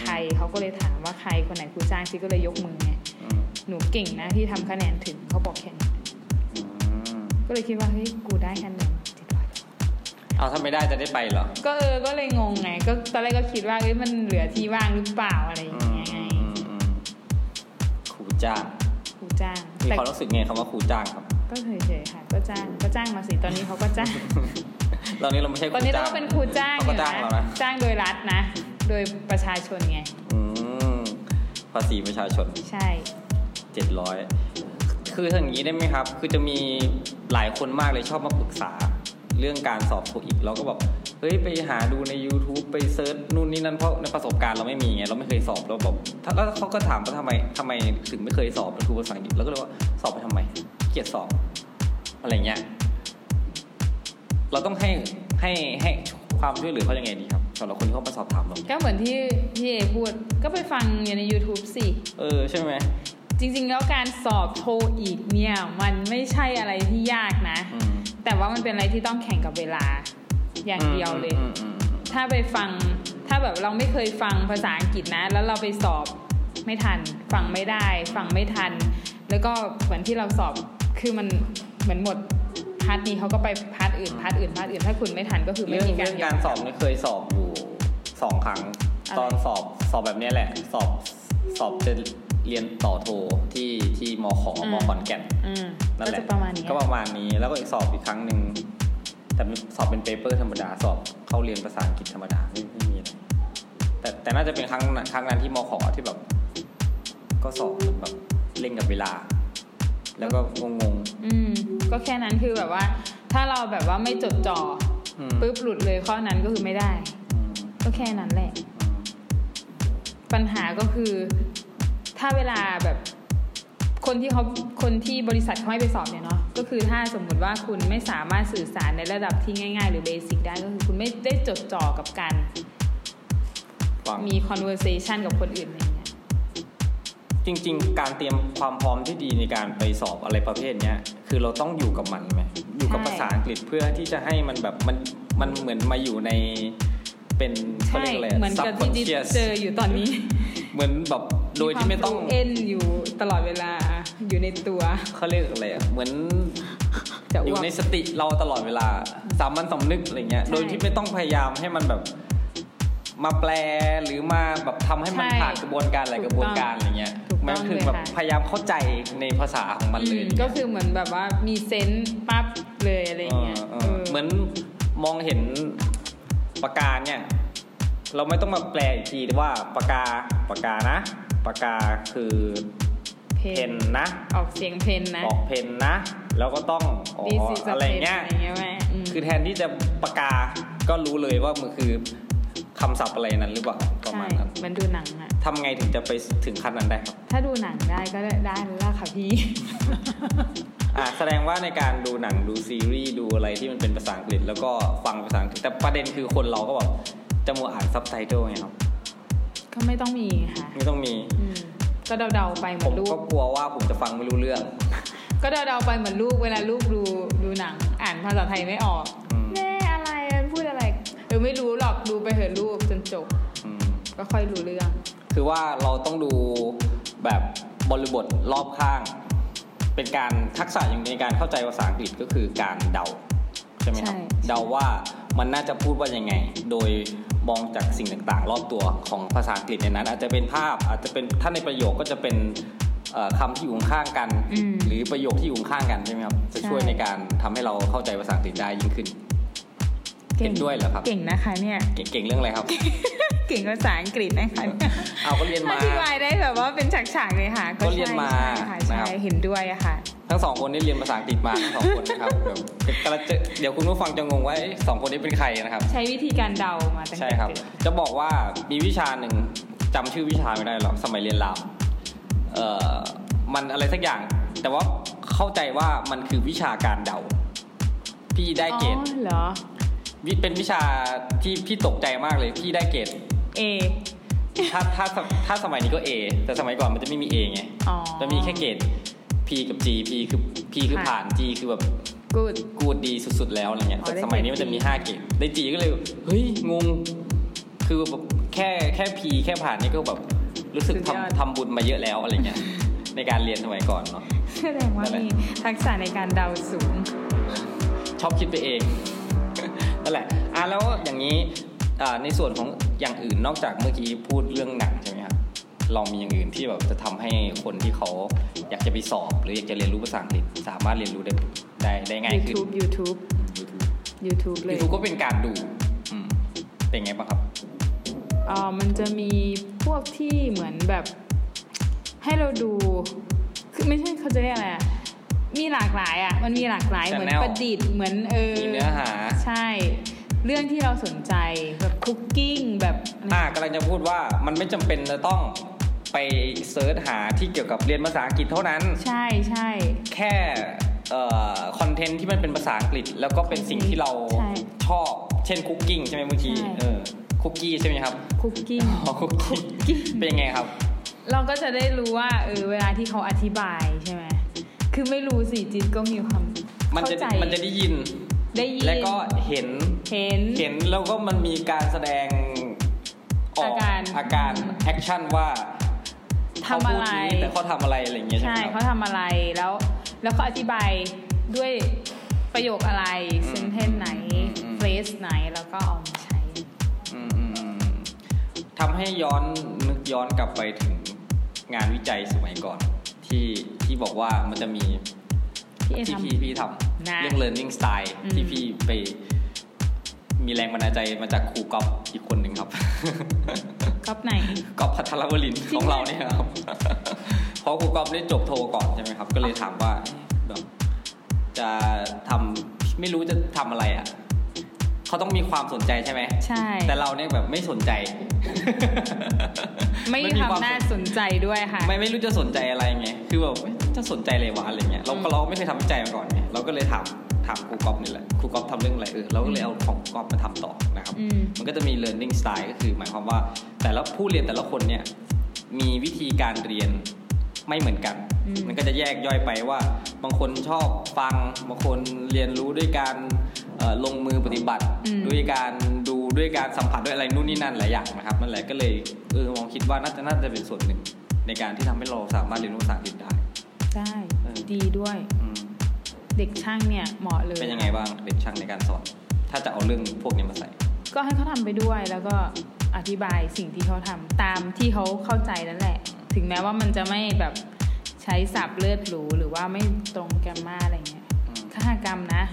[SPEAKER 1] ใครเขาก็เลยถามว่าใครคนไหนครูจ้างจีก็เลยยกมือไง
[SPEAKER 2] อืม
[SPEAKER 1] หนูเก่งนะที่ทำคะแนนถึงเขาบอกแค่นี้
[SPEAKER 2] อืม
[SPEAKER 1] ก็เลยคิดว่าเฮ้ยกูได้คะแนนเจ็ด
[SPEAKER 2] เอาถ้าไม่ได้จะได้ไปเหรอ
[SPEAKER 1] ก็เออก็เลยงงไง ก็ตอนแรกก็คิดว่าเอ้ยมันเหลือที่ว่างหรือเปล่าอะไรอ
[SPEAKER 2] อื
[SPEAKER 1] ย่าง
[SPEAKER 2] ม
[SPEAKER 1] เงี้ยไง
[SPEAKER 2] อืมอืมครูจ้าง
[SPEAKER 1] ครูจ้าง
[SPEAKER 2] มี
[SPEAKER 1] แต่
[SPEAKER 2] ความรู้สึกไงคำว่าครูจ้างครับ
[SPEAKER 1] ก็เฉยๆค่ะ ก็จ้างก็จ้างมาสิตอนนี้เขาก็จ้าง
[SPEAKER 2] เรานี่เราไม่ใช่ค
[SPEAKER 1] ต
[SPEAKER 2] รู
[SPEAKER 1] อนนี้
[SPEAKER 2] จ้า
[SPEAKER 1] เรา
[SPEAKER 2] ง
[SPEAKER 1] ก็เป็นครูจ้าง
[SPEAKER 2] เขา
[SPEAKER 1] อ
[SPEAKER 2] ก็
[SPEAKER 1] ยู่
[SPEAKER 2] จ้างเรานะ
[SPEAKER 1] นะจ้างโดยรัฐนะ โดยประชาชนไง
[SPEAKER 2] อืมภาษีประชาชน
[SPEAKER 1] ใช่
[SPEAKER 2] เจ็ดร้อย คืออย่างนี้ได้ไหมครับ คือจะมีหลายคนมากเลยชอบมาปรึกษา เรื่องการสอบโทอีกเราก็แบบเฮ้ยไปหาดูใน YouTube ไปเซิร์ชนู่นนี่นั่นเพราะในประสบการณ์เราไม่มีไงเราไม่เคยสอบเราแบบถ้าแล้วเขาก็ถามว่าทำไมทำไมถึงไม่เคยสอบเป็นครูภาษาอังกฤษเราก็เลยว่าสอบไปทำไมเกลียดสอบอะไรเงี้ยเราต้องให้ให้ให้ความช่วยเหลือเขายังไงดีครับสำหรับคนที่เขามาสอบถามเรา
[SPEAKER 1] ก็เหมือนที่พี่เอพูด ก็ไปฟังอยู่ใน YouTube สิ
[SPEAKER 2] เออใช่ไหม
[SPEAKER 1] จริงๆ แล้วการสอบโทอีกเนี่ย มันไม่ใช่อะไรที่ยากนะ
[SPEAKER 2] อืม
[SPEAKER 1] แต่ว่ามันเป็นอะไรที่ต้องแข่งกับเวลาอย่างเดียวเลย
[SPEAKER 2] อืมอืมอืม
[SPEAKER 1] ถ้าไปฟัง ถ้าแบบเราไม่เคยฟังภาษาอังกฤษนะ แล้วเราไปสอบไม่ทัน ฟังไม่ได้ ฟังไม่ทัน แล้วก็เหมือนที่เราสอบ คือมันเหมือนหมดพาร์ทนี้เขาก็ไปพาร์ทอื่น พาร์ทอื่น พาร์ทอื่น ถ้าคุณไม่ทันก็คือไม่
[SPEAKER 2] เรื่อง
[SPEAKER 1] มีกา
[SPEAKER 2] เรื่
[SPEAKER 1] ร
[SPEAKER 2] อง
[SPEAKER 1] ย
[SPEAKER 2] การ
[SPEAKER 1] ม
[SPEAKER 2] สอบเนี่ยเคยสอบอยู่สองครั้ง
[SPEAKER 1] อะไร
[SPEAKER 2] ตอนสอบสอบแบบเนี้ยแหละ สอบสอบจะเรียนต่อโทที่ที่มขมขอนแก่น
[SPEAKER 1] อืม
[SPEAKER 2] นั่น
[SPEAKER 1] ก็
[SPEAKER 2] แห
[SPEAKER 1] จะ
[SPEAKER 2] ละ
[SPEAKER 1] ประมาณนี้
[SPEAKER 2] ก็ประมาณนี้แล้วก็อีกสอบอีกครั้งหนึ่งแต่เป็นสอบเป็นเปเปอร์ธรรมดาสอบเข้าเรียนภาษาอังกฤษธรรมดาไม่ไม่มีอะไรแต่แต่น่าจะเป็นครั้งนั้นครั้งนั้นที่มขที่แบบ ก็สอบเหมือนแบบเร่งกับเวลา แล้วก็งง
[SPEAKER 1] อืมก็แค่นั้นคือแบบว่า ถ้าเราแบบว่าไม่จดจ่อ
[SPEAKER 2] ๆอืม
[SPEAKER 1] ปุ๊บหลุดเลยข้อนั้นก็คือไม่ได้
[SPEAKER 2] อืม
[SPEAKER 1] ก็แค่นั้นแหละ
[SPEAKER 2] อืม
[SPEAKER 1] ปัญหาก็คือ ถ้าเวลาแบบคนที่เขาคนที่บริษัทเขาให้ไปสอบเนี่ยเนาะก็คือถ้าสมมุติว่าคุณไม่สามารถสื่อสารในระดับที่ง่าย ๆ หรือเบสิกได้ก็คือคุณไม่ได้จดจ่อกับการ
[SPEAKER 2] ฟัง
[SPEAKER 1] มี conversation กับคนอื่นอะไรเงี้ย
[SPEAKER 2] จริงๆ การเตรียมความพร้อมที่ดีในการไปสอบอะไรประเภทเนี้ยคือเราต้องอยู่กับมันไหมอยู่กับภาษาอังกฤษเพื่อที่จะให้มันแบบมันมันเหมือนมาอยู่ในเป็นเขา
[SPEAKER 1] ใช่
[SPEAKER 2] เรียกอะไร
[SPEAKER 1] เหมือนกับที่ดิบ
[SPEAKER 2] subconscious
[SPEAKER 1] เจออยู่ตอนนี้
[SPEAKER 2] เหมือนแบบโดยที่ไม่ต้อง
[SPEAKER 1] เอ็นอยู่ตลอดเวลาอยู่ในตัว
[SPEAKER 2] เขาเรียกอะไรอะเหมือน
[SPEAKER 1] จะ
[SPEAKER 2] อ
[SPEAKER 1] อ้
[SPEAKER 2] ยู่
[SPEAKER 1] วก
[SPEAKER 2] ในสติเราตลอดเวลาสามัญสำนึกอะไรเงี้ย
[SPEAKER 1] ใช่
[SPEAKER 2] โดยที่ไม่ต้องพยายามให้มันแบบมาแปลหรือมาแบบทำให้มัน
[SPEAKER 1] ใช่
[SPEAKER 2] ผ่านกระบวนการหลายกระบวนการอะไรเงี้ย
[SPEAKER 1] ถูกต้อง
[SPEAKER 2] มันคือแบบ
[SPEAKER 1] เลยค่ะ
[SPEAKER 2] พยายามเข้าใจในภาษาของมันเลย
[SPEAKER 1] อืก็คือเหมือนแบบว่ามีเซนส์ปั๊บเลยอะไรอย่างเงี้ย
[SPEAKER 2] ออออเหมือนมองเห็นปากกาเนี่ย เราไม่ต้องมาแปลอีกทีว่าปากกาปากกานะปากกาคือ
[SPEAKER 1] เพ
[SPEAKER 2] เพ
[SPEAKER 1] น
[SPEAKER 2] นนะ
[SPEAKER 1] ออกเสียงเพนนะ
[SPEAKER 2] ออกเพนนะ แล้วก็ต้องอ๋อ
[SPEAKER 1] ดีสิจะ
[SPEAKER 2] อะไร
[SPEAKER 1] เพน
[SPEAKER 2] เงี้ย
[SPEAKER 1] อะไรเงี้ยแม่อืม
[SPEAKER 2] คือแทนที่จะปากกาก็รู้เลยว่ามันคือคำศัพท์อะไรนั้นหรือเปล่าประ
[SPEAKER 1] ใช่
[SPEAKER 2] มาณนั้น
[SPEAKER 1] เหมันดูหนังอะ
[SPEAKER 2] ทำไงถึงจะไปถึงขั้นนั้นได้ครับ
[SPEAKER 1] ถ้าดูหนังได้ก็ได้แล้วล่ะค่ะ พี่
[SPEAKER 2] อ่ะแสดงว่าในการดูหนังดูซีรีส์ดูอะไรที่มันเป็นภาษาอังกฤษ แล้วก็ฟังภาษาอังกฤษแต่ประเด็นคือคนเราก็แบบจะมัวอ่านซับไตเติลไงครับ
[SPEAKER 1] ก็ไม่ต้องมีค่ะ
[SPEAKER 2] ไม่ต้องมี
[SPEAKER 1] อืมก็เดาๆไปเห
[SPEAKER 2] ผ
[SPEAKER 1] มือ
[SPEAKER 2] ม
[SPEAKER 1] นลู
[SPEAKER 2] ก็
[SPEAKER 1] ก
[SPEAKER 2] กลัวว่าผมจะฟังไม่รู้เรื่อง
[SPEAKER 1] ก็เดาๆไปเหมือนลูกเวลาลูกดูดูหนัง อ่านภาษาไทยไม่ออก
[SPEAKER 2] อืม
[SPEAKER 1] แม่อะไรพูดอะไรเออไม่รู้หรอกดูไปเถอะลูกจนจบ
[SPEAKER 2] อืม
[SPEAKER 1] ก็ค่อยรู้เรื่อง
[SPEAKER 2] คือว่าเราต้องดูแบบบริบทรอบข้าง เป็นการทักษะอย่างในการเข้าใจภาษาอังกฤษก็คือการเดาใช่ไหมครับ
[SPEAKER 1] ใช่
[SPEAKER 2] เดาว่ามันน่าจะพูดว่ายังไง โดยมองจากสิ่งต่างๆ รอบตัวของภาษาอังกฤษในนั้น อาจจะเป็นภาพอาจจะเป็นถ้าในประโยคก็จะเป็นเอ่อคำที่อยู่ข้างๆกัน
[SPEAKER 1] อืม
[SPEAKER 2] หรือประโยคที่อยู่ข้างๆกันใช่ไหมครับจะช่วย
[SPEAKER 1] ใช่
[SPEAKER 2] ในการทำให้เราเข้าใจภาษาอังกฤษได้ยิ่งขึ้น เห็นด้วยเหรอครับ
[SPEAKER 1] เก่งนะคะเนี่ย
[SPEAKER 2] เก่งๆเรื่องอะไรครับ
[SPEAKER 1] เก่งภาษาอังกฤษนะคะ
[SPEAKER 2] เอาก็เรียนมา
[SPEAKER 1] อธิบายได้แบบว่าเป็นฉากๆเลยค่ะ
[SPEAKER 2] ก็เรียนมา
[SPEAKER 1] ใช่ค่ะ
[SPEAKER 2] นะค
[SPEAKER 1] ใช่
[SPEAKER 2] รับ
[SPEAKER 1] เห็นด้วยอะค่ะ
[SPEAKER 2] ทั้งสองคนนี่เรียนภาษาอังกฤษมาทั้งสองคนนะครับ เดี๋ยวกำลังจะเดี๋ยวคุณผู้ฟังจะงงว่าเอ๊ะสองคนนี้เป็นใครนะครับ
[SPEAKER 1] ใช้วิธีการเดามาตั้ง
[SPEAKER 2] ใช่
[SPEAKER 1] แต่
[SPEAKER 2] ครับ
[SPEAKER 1] เกิด
[SPEAKER 2] จะบอกว่ามีวิชาหนึ่งจำชื่อวิชาไม่ได้หรอกสมัยเรียนรามเอ่อมันอะไรสักอย่าง แต่ว่าเข้าใจว่ามันคือวิชาการเดา พี่ได้เกรด
[SPEAKER 1] อ๋อเหรอ
[SPEAKER 2] วิเป็นวิชาที่พี่ตกใจมากเลย พี่ได้เกรด
[SPEAKER 1] เอ
[SPEAKER 2] ถ้าถ้าถ้าสมัยนี้ก็ A แต่สมัยก่อนมันจะไม่มี A ไง
[SPEAKER 1] อ๋อ
[SPEAKER 2] จะมีแค่เกรด P กับ G P คือ P คือผ่าน G คือแบบ
[SPEAKER 1] กูด
[SPEAKER 2] กูดดีสุดๆแล้วอะไรเงี้ย
[SPEAKER 1] อ๋อ
[SPEAKER 2] แต่
[SPEAKER 1] ได้
[SPEAKER 2] สมัยนี้มันจะมี
[SPEAKER 1] จี
[SPEAKER 2] 5 เกรดได้จีก็เลย เฮ้ย งง คือแบบแค่แค่พีแค่ผ่านนี่ก็แบบ รู้สึก
[SPEAKER 1] สุดยอด
[SPEAKER 2] ทำทำบุญมาเยอะแล้วอะไรเงี้ย ในการเรียนสมัยก่อนเนาะ
[SPEAKER 1] แสดงว่ามีทักษะในการเดาสูง
[SPEAKER 2] ชอบคิดไปเอง นั่นแหละอ่ะแล้วอย่างนี้อ่าในส่วนของอย่างอื่นนอกจากเมื่อกี้พูดเรื่องหนังใช่ไหมครับเรามีอย่างอื่นที่แบบจะทำให้คนที่เขาอยากจะไปสอบ หรืออยากจะเรียนรู้ภาษาอังกฤษสามารถเรียนรู้ได้ได้ได้ง่ายขึ้น
[SPEAKER 1] YouTube YouTube
[SPEAKER 2] YouTube
[SPEAKER 1] YouTube เลย
[SPEAKER 2] YouTube ก็เป็นการดูอืมเป็นไงบ้างครับ
[SPEAKER 1] เอ่อมันจะมีพวกที่เหมือนแบบให้เราดูคือไม่ใช่เขาจะเรียกอะไรอะมีหลากหลายอ่ะ มันมีหลากหลาย เหมือน
[SPEAKER 2] Channel
[SPEAKER 1] ประดิษฐ์เหมือนเออ
[SPEAKER 2] มีเนื้อหา
[SPEAKER 1] ใช่ เรื่องที่เราสนใจแบบคุกกิ้งแบบ
[SPEAKER 2] อ่ากำลังจะพูดว่ามันไม่จำเป็นจะต้องไปเซิร์ชหาที่เกี่ยวกับเรียนภาษาอังกฤษเท่านั้น
[SPEAKER 1] ใช่ใช่
[SPEAKER 2] แค่คอนเทนต์ที่มันเป็นภาษาอังกฤษ แล้วก็เป็นสิ่งที่เรา
[SPEAKER 1] ใช่
[SPEAKER 2] ชอบ เช่นคุกกิ้งใช่ไหมเมื่อกี้
[SPEAKER 1] ใช่
[SPEAKER 2] เออคุกกี้ใช่ไหมครับ
[SPEAKER 1] คุกกิ้ง
[SPEAKER 2] อ๋อคุกกี้เป็นยังไงครับ
[SPEAKER 1] เราก็จะได้รู้ว่าเออเวลาที่เขาอธิบายใช่ไหมคือไม่รู้สิจิตก็มีความ
[SPEAKER 2] มันจะ
[SPEAKER 1] เข้าใจ
[SPEAKER 2] มันจะได้ยิน
[SPEAKER 1] ได้ยิน
[SPEAKER 2] และก็เห็น
[SPEAKER 1] เห็น
[SPEAKER 2] เห็นแล้วก็มันมีการแสดงออก
[SPEAKER 1] อาการ
[SPEAKER 2] อาการแอคชั่นว่า
[SPEAKER 1] ทำอะไร
[SPEAKER 2] เขาพูดนี้แต่เขาทำอะไรอะไรอย่างเงี้ยใช่
[SPEAKER 1] ใช่
[SPEAKER 2] ไหมค
[SPEAKER 1] เขา
[SPEAKER 2] รับ
[SPEAKER 1] ทำอะไรแล้ว แล้วเขาอธิบายด้วยประโยคอะไร
[SPEAKER 2] อืม
[SPEAKER 1] เซนเทนไหน
[SPEAKER 2] อืม
[SPEAKER 1] เฟสไหนแล้วก็เอามาใช้
[SPEAKER 2] อืมอืมอืมทำให้ย้อนนึกย้อนกลับไปถึงงานวิจัยสมัยก่อน ที่ที่บอกว่ามันจะมี
[SPEAKER 1] พี่เอ
[SPEAKER 2] ที่
[SPEAKER 1] ทำ
[SPEAKER 2] พี่พี่ทำ
[SPEAKER 1] นะ
[SPEAKER 2] เรื่อง learning style
[SPEAKER 1] อืม
[SPEAKER 2] ที่พี่ไปมีแรงบันดาลใจมาจากครูกอฟอีกคนหนึ่งครับ
[SPEAKER 1] ก๊อปไหน
[SPEAKER 2] กอฟพัทรวรินทร์
[SPEAKER 1] จริง
[SPEAKER 2] ของเรา
[SPEAKER 1] ไหม
[SPEAKER 2] เนี่ยครับ เพราะครูกอฟได้จบโทก่อนใช่ไหมครับ ก็เลยถามว่าแบบจะทำไม่รู้จะทำอะไรอ่ะเขาต้องมีความสนใจใช่ไหม
[SPEAKER 1] ใช่
[SPEAKER 2] แต่เราเนี่ยแบบไม่สนใจ
[SPEAKER 1] ไม่
[SPEAKER 2] นคว
[SPEAKER 1] ทำหน้าสนใจด้วยค่ะ
[SPEAKER 2] ไม่ไม่รู้จะสนใจอะไรไงคือแบบจะสนใจอะไรวะอะไรเงี้ยเราก็เราไม่เคยทำวิจัยมาก่อนไงเราก็เลยถามถามครูกอฟนี่แหละครูกอฟทำเรื่องอะไรเออเราก็เลยเอาของครูกอฟมาทำต่อนะครับ
[SPEAKER 1] อืม
[SPEAKER 2] มันก็จะมี learning style ก็คือ หมายความว่าแต่ละผู้เรียนแต่ละคนเนี่ยมีวิธีการเรียนไม่เหมือนกัน
[SPEAKER 1] อืม
[SPEAKER 2] มันก็จะแยกย่อยไปว่า บางคนชอบฟัง บางคนเรียนรู้ด้วยการเอ่อลงมือปฏิบัติ
[SPEAKER 1] อืม
[SPEAKER 2] ด้วยการดูด้วยการสัมผัสด้วยอะไรนู่นนี่นั่นหลายอย่างนะครับนั่นแหละก็เลยเออมองคิดว่าน่าจะน่าจะเป็นส่วนหนึ่ง ในการที่ทำให้เราสามารถเรียนรู้ภาษาอังกฤษได้
[SPEAKER 1] ได้
[SPEAKER 2] เออ
[SPEAKER 1] ดีด้วย
[SPEAKER 2] อืม
[SPEAKER 1] เด็กช่างเนี่ยเหมาะเลย
[SPEAKER 2] เป็นยังไงบ้างเด็กช่างในการสอน ถ้าจะเอาเรื่องพวกนี้มาใส่
[SPEAKER 1] ก็ให้เขาทำไปด้วยแล้วก็อธิบายสิ่งที่เขาทำตามที่เขาเข้าใจนั่นแหละ ถึงแม้ว่ามันจะไม่แบบใช้ศัพท์เลือดหรูหรือว่าไม่ตรงแกรมมาอะไรเงี้ย
[SPEAKER 2] อืม
[SPEAKER 1] คหกรรมนะ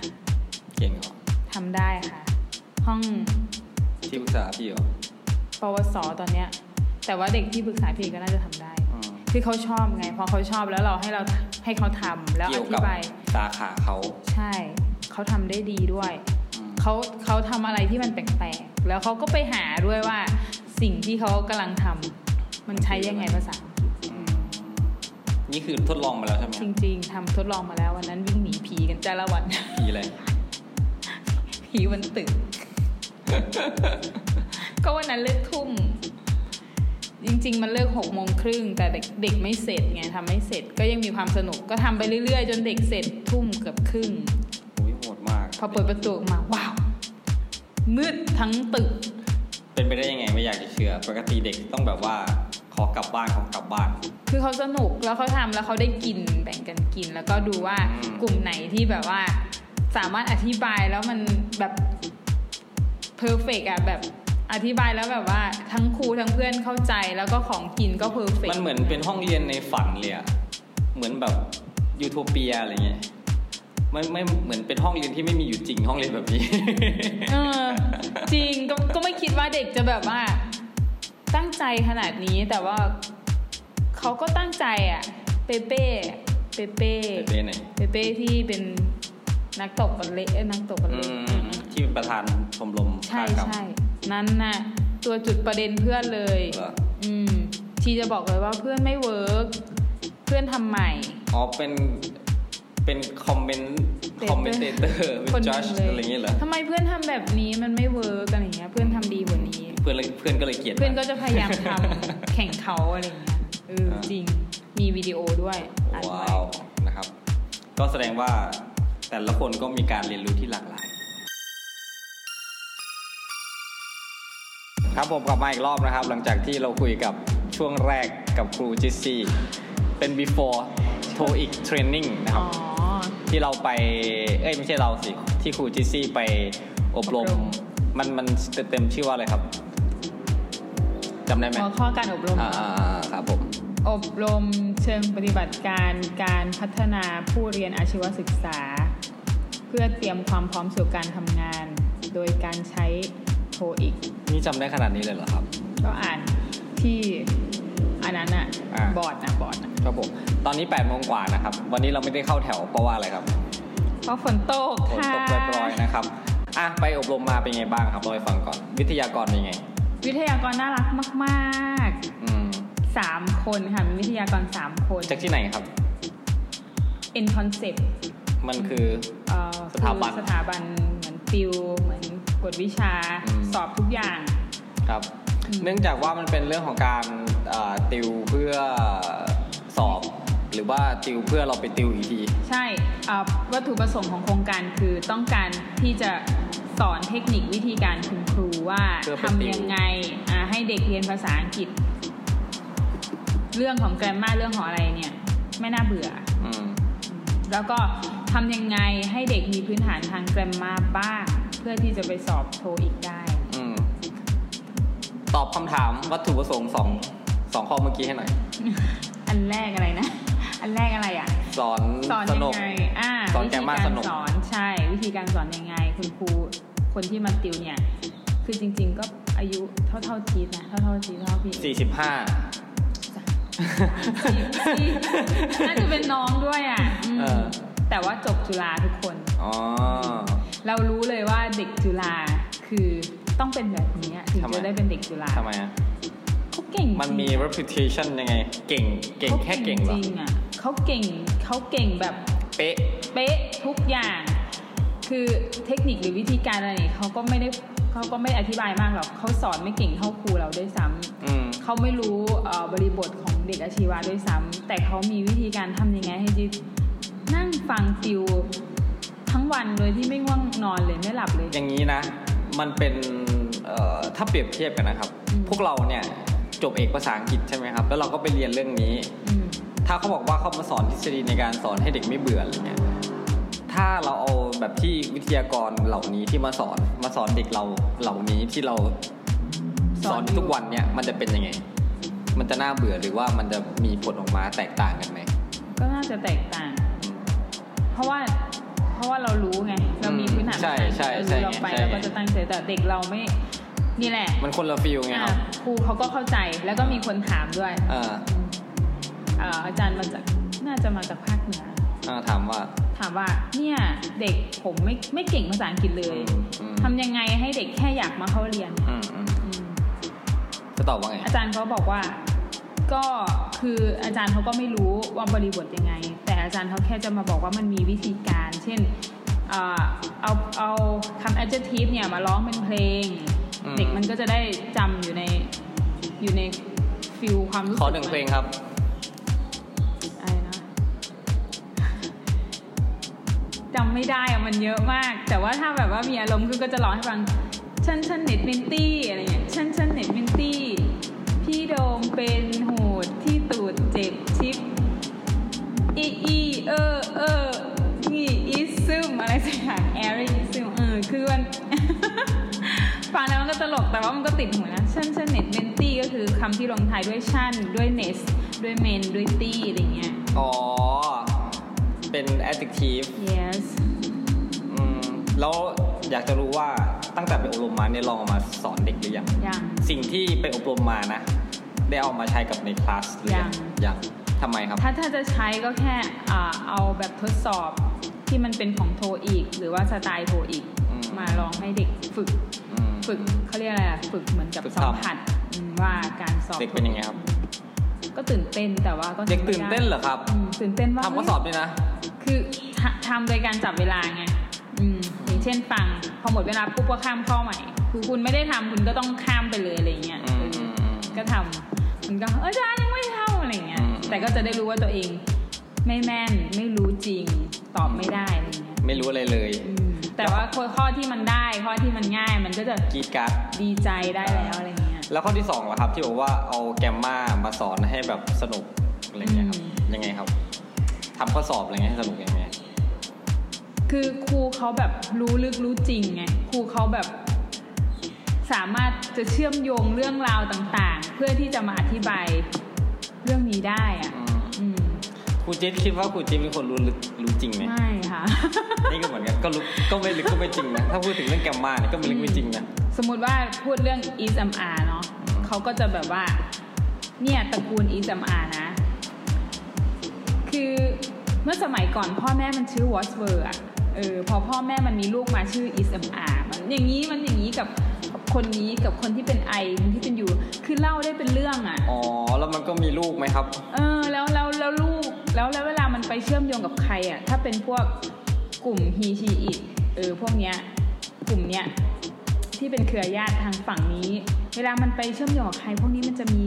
[SPEAKER 2] เก่งเหรอ
[SPEAKER 1] ทำได้ค่ะ ห้อง
[SPEAKER 2] ที่ปรึกษาพี่เหรอ
[SPEAKER 1] ปวสตอนเนี้ย แต่ว่าเด็กที่ปรึกษาพี่ก็น่าจะทำได้
[SPEAKER 2] อืม
[SPEAKER 1] คือเขาชอบไงพอเขาชอบแล้วเราให้เราให้เขาทำแล้วอ
[SPEAKER 2] เกี่ยว
[SPEAKER 1] ธิ
[SPEAKER 2] กับบ
[SPEAKER 1] าย
[SPEAKER 2] สาขาเขา
[SPEAKER 1] ใช่ เขาทำได้ดีด้วยเขาเขาทำอะไรที่มันแปลกๆแล้วเขาก็ไปหาด้วยว่าสิ่งที่เขากำลังทำมันใช้ยังไงภาษา
[SPEAKER 2] อืมนี่คือทดลองมาแล้วใช่ไหม
[SPEAKER 1] จริง ๆทำทดลองมาแล้ววันนั้นวิ่งหนีผีกันจ้าละวัน
[SPEAKER 2] ผีอะไร
[SPEAKER 1] ผีวันตึก ก็วันนั้นเลิกทุ่ม จริง ๆ มันเลิกหกโมงครึ่งแต่เด็กเด็กไม่เสร็จไงทำไม่เสร็จก็ยังมีความสนุกก็ทำไปเรื่อยๆ จนเด็กเสร็จทุ่มเกือบครึ่ง
[SPEAKER 2] โอ้ยโหดมาก
[SPEAKER 1] พอเปิดประตูออกมาว้าว มืดทั้งตึก
[SPEAKER 2] เป็นไปได้ยังไงไม่อยากจะเชื่อ ปกติเด็กต้องแบบว่าขอกลับบ้านขอกลับบ้าน
[SPEAKER 1] คือเขาสนุกแล้วเขาทำแล้วเขาได้กินแบ่งกันกิน แล้วก็ดูว่า
[SPEAKER 2] อืม
[SPEAKER 1] กลุ่มไหนที่แบบว่า สามารถอธิบายแล้วมันแบบเพอร์เฟกอะแบบอธิบายแล้วแบบว่าทั้งครูทั้งเพื่อนเข้าใจแล้วก็ของกินก็เพอร์เฟก
[SPEAKER 2] มันเหมือนเป็นห้องเรียนในฝันเลยอะเหมือนแบบยูโทเปียอะไรเงี้ยมันไม่เหมือนเป็นห้องเรียนที่ไม่มีอยู่จริงห้องเรียนแบบ นี้
[SPEAKER 1] เออจริงก็ก็ไม่คิดว่าเด็กจะแบบว่า ตั้งใจขนาดนี้แต่ว่าเขาก็ตั้งใจอะเปเป้เปเป้
[SPEAKER 2] เป็นไปได้ไหน
[SPEAKER 1] เปเป้ที่เป็นนักตบบอลเล่เอ้ยนักตบบอล
[SPEAKER 2] อื
[SPEAKER 1] เล่
[SPEAKER 2] มที่เป็นประธานชมรม
[SPEAKER 1] ใช่
[SPEAKER 2] อุตสาหกรรม
[SPEAKER 1] ใช่นั่นน่ะตัวจุดประเด็นเพื่อนเลย
[SPEAKER 2] เหรอ
[SPEAKER 1] อืม ทีจะบอกเลยว่าเพื่อนไม่เวิร์กเพื่อนทำใหม่
[SPEAKER 2] อ๋อเป็นเป็นคอมเมนต์
[SPEAKER 1] เป็น
[SPEAKER 2] คอมเมนเตเตอร์เป็นจัด
[SPEAKER 1] หนึ่
[SPEAKER 2] อะไรเงี้ยเหรอ
[SPEAKER 1] ทำไมเพื่อนทำแบบนี้มันไม่เวิร์กอะไรเงี้ย เพื่อนทำดีกว่านี้
[SPEAKER 2] เพื่อนเลยเพื่อนก็เลยเกลียดมั
[SPEAKER 1] เพื่อนก็จะพยายามทำแข่งเขาอะไรเงี้ยเออจริงมีวิดีโอด้วยอัดไว้
[SPEAKER 2] ว้าวนะครับ ก็แสดงว่าแต่ละคนก็มีการเรียนรู้ที่หลากหลาย ครับผมกลับมาอีกรอบนะครับ หลังจากที่เราคุยกับช่วงแรกกับครูจิสซี่เป็น before TOEIC training นะค
[SPEAKER 1] อ๋
[SPEAKER 2] รับ
[SPEAKER 1] อ
[SPEAKER 2] ที่เราไป เอ้ยไม่ใช่เราสิ ที่ครูจิซี่ไปอบรม
[SPEAKER 1] อบรม
[SPEAKER 2] มันมันเต็มๆชื่อว่าอะไรครับจำได้ไหม
[SPEAKER 1] หัวข้อการอบรม
[SPEAKER 2] อ่าๆๆครับผม
[SPEAKER 1] อบรมเชิงปฏิบัติการการพัฒนาผู้เรียนอาชีวศึกษา เพื่อเตรียมความพร้อมสู่การทำงาน โดยการใช้โทอีก
[SPEAKER 2] นี่จำได้ขนาดนี้เลยเหรอครับ
[SPEAKER 1] ก็อ่านที่อันนั้นอะ
[SPEAKER 2] อ่า
[SPEAKER 1] บอร์ดนะบอร์ดนะครับ
[SPEAKER 2] ผมตอนนี้8ปดโมงกว่านะครับ วันนี้เราไม่ได้เข้าแถวเพราะว่าอะไรครับ
[SPEAKER 1] เพราะฝนตก
[SPEAKER 2] ฝน
[SPEAKER 1] ค่ะ
[SPEAKER 2] ตกปล่อยๆนะครับอ่ะไปอบรมมาเป็นไงบ้างครับเล่าให้ฟังก่อน วิทยากรเป็นไง
[SPEAKER 1] วิทยากรน่ารักมาก
[SPEAKER 2] อืม
[SPEAKER 1] ๆ 3 คนค่ะ มีวิทยากร 3 คน
[SPEAKER 2] จากที่ไหนครับ
[SPEAKER 1] In Concept
[SPEAKER 2] มันคือ
[SPEAKER 1] เอ่อ
[SPEAKER 2] สถาบัน
[SPEAKER 1] คือสถาบันเหมือนติว เหมือนกวดวิชา
[SPEAKER 2] อืม
[SPEAKER 1] สอบทุกอย่าง
[SPEAKER 2] ครับ
[SPEAKER 1] อืม
[SPEAKER 2] เนื่องจากว่ามันเป็นเรื่องของการเอ่อติวเพื่อสอบ หรือว่าติวเพื่อเราไปติวอีกที
[SPEAKER 1] ใช่เอ่อวัตถุประสงค์ของโครงการคือต้องการที่จะสอนเทคนิควิธีการคุณครูว่า
[SPEAKER 2] เพื่อไป
[SPEAKER 1] ทำยังไงอ่าให้เด็กเรียนภาษาอังกฤษ เรื่องของแกรมมาเรื่องของอะไรเนี่ย ไม่น่าเบื่อ
[SPEAKER 2] อืม
[SPEAKER 1] แล้วก็ทำยังไงให้เด็กมีพื้นฐานทางแกรมมาบ้าง เพื่อที่จะไปสอบโทอีกได้
[SPEAKER 2] อืม ตอบคำถามวัตถุประสงค์สองสองข้อเมื่อกี้ให้หน่อย
[SPEAKER 1] อันแรกอะไรนะ อันแรกอะไรอ่ะ
[SPEAKER 2] สอน
[SPEAKER 1] สอน
[SPEAKER 2] ส
[SPEAKER 1] ยัง
[SPEAKER 2] นุก
[SPEAKER 1] ไงอ่า
[SPEAKER 2] สอน
[SPEAKER 1] วิ
[SPEAKER 2] แก
[SPEAKER 1] ธี
[SPEAKER 2] มมา
[SPEAKER 1] การ
[SPEAKER 2] สนุก
[SPEAKER 1] สอนใช่ วิธีการสอนยังไง คุณครูคนที่มาติวเนี่ย คือจริง ๆ ก็อายุเท่าเท่าๆจีดนะ เท่าเท่าๆจีดเท่าพี่
[SPEAKER 2] สี่สิบห้า
[SPEAKER 1] จีดน่าจะเป็นน้องด้วยอ่ะอืม
[SPEAKER 2] เออ
[SPEAKER 1] แต่ว่าจบจุฬาทุกคน
[SPEAKER 2] อ๋อ
[SPEAKER 1] เรารู้เลยว่าเด็กจุฬาคือต้องเป็นแบบนี้อะถึง
[SPEAKER 2] ทำไม
[SPEAKER 1] จะได้เป็นเด็กจุฬา
[SPEAKER 2] ทำไมอ่ะ
[SPEAKER 1] เขาเก่ง
[SPEAKER 2] มัน
[SPEAKER 1] จริง
[SPEAKER 2] มี reputation ยังไง เก่ง เก่งแค่เก่งเหร
[SPEAKER 1] จ
[SPEAKER 2] อ
[SPEAKER 1] ริงๆอ่ะเขาเก่งเขาเก่งแบบ
[SPEAKER 2] เป๊ะ
[SPEAKER 1] เป๊ะทุกอย่าง คือเทคนิคหรือวิธีการอะไรเนี่ยเขาก็ไม่ได้เขาก็ไม่ได้อธิบายมากหรอกเขาสอนไม่เก่งเท่าครูเราด้วยซ้ำ
[SPEAKER 2] อืม
[SPEAKER 1] เขาไม่รู้เอ่อบริบทของเด็กอาชีวะด้วยซ้ำแต่เขามีวิธีการทำยังไงให้ดินั่งฟังติวทั้งวันโดยที่ไม่ง่วงนอนเลยไม่หลับเลย
[SPEAKER 2] อย่างนี้นะ มันเป็นเอ่อถ้าเปรียบเทียบกันนะครับ
[SPEAKER 1] อืม
[SPEAKER 2] พวกเราเนี่ยจบเอกภาษาอังกฤษใช่ไหมครับ แล้วเราก็ไปเรียนเรื่องนี้
[SPEAKER 1] อืม
[SPEAKER 2] ถ้าเขาบอกว่าเขามาสอนทฤษฎีในการสอนให้เด็กไม่เบื่ออะไรเงี้ย ถ้าเราเอาแบบที่วิทยากรเหล่านี้ที่มาสอน มาสอนเด็กเราเหล่านี้ที่เราสอนทุกวันเนี่ย มันจะเป็นยังไง มันจะน่าเบื่อหรือว่ามันจะมีผลออกมาแตกต่างกันไหม
[SPEAKER 1] ก็น่าจะแตกต่าง เพราะว่าเพราะว่าเรารู้ไง เรามีพื้นฐาน
[SPEAKER 2] ใช่ใช่
[SPEAKER 1] เรา
[SPEAKER 2] ใช่
[SPEAKER 1] รู้เราไป
[SPEAKER 2] ใช่
[SPEAKER 1] เราก็จะตั้งใจแต่เด็กเราไม่ นี่แหละ
[SPEAKER 2] มันคนละฟิลไงครับ
[SPEAKER 1] อ่ะครูเขาก็เข้าใจแล้วก็มีคนถามด้วย
[SPEAKER 2] เอ่อ
[SPEAKER 1] เอ่ออาจารย์มาจากน่าจะมาจากภาคเหนือ
[SPEAKER 2] เอ่อถามว่า
[SPEAKER 1] ถามว่าเนี่ยเด็กผมไม่ไม่เก่งภาษาอังกฤษเลย
[SPEAKER 2] อืมอืม
[SPEAKER 1] ทำยังไงให้เด็กแค่อยากมาเข้าเรียน
[SPEAKER 2] อืมอืม
[SPEAKER 1] อืม
[SPEAKER 2] จะตอบว่าไง
[SPEAKER 1] อาจารย์เขาบอกว่า ก็คืออาจารย์เขาก็ไม่รู้ว่าบริบทยังไง แต่อาจารย์เขาแค่จะมาบอกว่ามันมีวิธีการ เช่นเอ่อเอาเอาคำ adjective เนี่ยมาร้องเป็นเพลง
[SPEAKER 2] อืม
[SPEAKER 1] เด็กมันก็จะได้จำอยู่ในอยู่ในฟิลความรู้สึก
[SPEAKER 2] ขอหนึ่งเพลงครับ
[SPEAKER 1] อะไรนะจำไม่ได้อะมันเยอะมาก แต่ว่าถ้าแบบว่ามีอารมณ์คือก็จะร้องให้ฟังฉันฉันเน็ตเมนตี้อะไรเงี้ยฉันฉันเน็ตเมนตี้พี่โดมเป็นโหดที่ตูดเจ็บชิป อีอีเออเออนี่อีซึมอะไรสักอย่างแอริซึมเออคือมัน ฟังแล้วมันก็ตลกแต่ว่ามันก็ติดหูนะชั่นชั่นเน็ตเมนตี้ก็คือคำที่ลงท้ายด้วยชั่นด้วยเนสด้วยเมนด้วยตี้อะไรเงี้ย
[SPEAKER 2] อ๋อ เป็น adjective
[SPEAKER 1] yes
[SPEAKER 2] อืม แล้วอยากจะรู้ว่าตั้งแต่ไปอบรมมาเนี่ยลองเอามาสอนเด็กหรือยัง
[SPEAKER 1] ยัง
[SPEAKER 2] สิ่งที่ไปอบรมมานะ ได้เอามาใช้กับในคลาสหรือยังยังทำไมครับ
[SPEAKER 1] ถ้าถ้าจะใช้ก็แค่อ่าเอาแบบทดสอบที่มันเป็นของโทอีก หรือว่าสไตล์โทอีก
[SPEAKER 2] อืม
[SPEAKER 1] มาลองให้เด็กฝึก
[SPEAKER 2] อืม
[SPEAKER 1] ฝึกเขาเรียกอะไรอะฝึกเหมือนกับ
[SPEAKER 2] ฝึก
[SPEAKER 1] สั
[SPEAKER 2] ทำ
[SPEAKER 1] มผัสอืมว่าการสอบ
[SPEAKER 2] เด็กเป็นยังไงครับ
[SPEAKER 1] ก็ตื่นเต้นแต่ว่าก็
[SPEAKER 2] เด็กตื่นเต้นเหรอครับ
[SPEAKER 1] อืมตื่นเต้นว่า
[SPEAKER 2] ทำข้อสอบด้วยนะ
[SPEAKER 1] คือทำทำโดยการจับเวลาไงอืมอย่างเช่นฟังพอหมดเวลาปุ๊บก็ข้ามข้อใหม่ คือคุณไม่ได้ทำคุณก็ต้องข้ามไปเลยอะไรเงี้ย
[SPEAKER 2] อืม
[SPEAKER 1] เออก็ทำมันก็เอออาจารย์ยังไม่เท่าอะไรเงี้ย
[SPEAKER 2] อืม
[SPEAKER 1] แต่ก็จะได้รู้ว่าตัวเอง ไม่แม่นไม่รู้จริงตอบไม่ได้อะไรเงี้ย
[SPEAKER 2] ไม่รู้อะไรเลย
[SPEAKER 1] อืมแต่ว่าข้อข้อที่มันได้ ข้อที่มันง่ายมันก็จะ
[SPEAKER 2] กรีดกราร์ด
[SPEAKER 1] ดีใจได้แล้วอะไรเงี้ย
[SPEAKER 2] แล้วข้อที่สองเหรอครับ ที่บอกว่าเอาแกมมามาสอนให้แบบสนุกอะไรเงี้ยครับ ยังไงครับทำข้อสอบอะไรเงี้ยให้สนุกยังไง
[SPEAKER 1] คือครูเขาแบบรู้ลึกรู้จริงไงครูเขาแบบ สามารถจะเชื่อมโยงเรื่องราวต่างๆ เพื่อที่จะมาอธิบายเรื่องนี้ได้อะ
[SPEAKER 2] อืม
[SPEAKER 1] อืม
[SPEAKER 2] ครูเจษคิดว่าครูเจษเป็นคนรู้ลึกรู้จริงไหม
[SPEAKER 1] ไม่ค่ะ
[SPEAKER 2] นี่ก็เหมือนกันก็รู้ก็ไม่ลึกก็ไม่จริงนะถ้าพูดถึงเรื่องแกมมาเนี่ยก็ไม่ลึกไม่จริงนะ
[SPEAKER 1] สมมติว่าพูดเรื่อง is m r เนาะเขาก็จะแบบว่า เนี่ยตระกูล is m r นะ คือเมื่อสมัยก่อนพ่อแม่มันชื่อ w a t s w o r อะเออพอพ่อแม่มันมีลูกมาชื่อ is m r มันอย่างนี้มันอย่างนี้กับคนนี้กับคนที่เป็นไอคนที่เป็นอยู่ คือเล่าได้เป็นเรื่องอะ
[SPEAKER 2] อ๋อแล้วมันก็มีลูกไหมครับ
[SPEAKER 1] เออแล้วแล้วแล้วลูกแล้วแล้วเวลามันไปเชื่อมโยงกับใครอ่ะถ้าเป็นพวกกลุ่มฮีชีอิเออพวกเนี้ยกลุ่มเนี้ยที่เป็นเครือญาติทางฝั่งนี้ เวลามันไปเชื่อมโยงกับใคร พวกนี้มันจะมี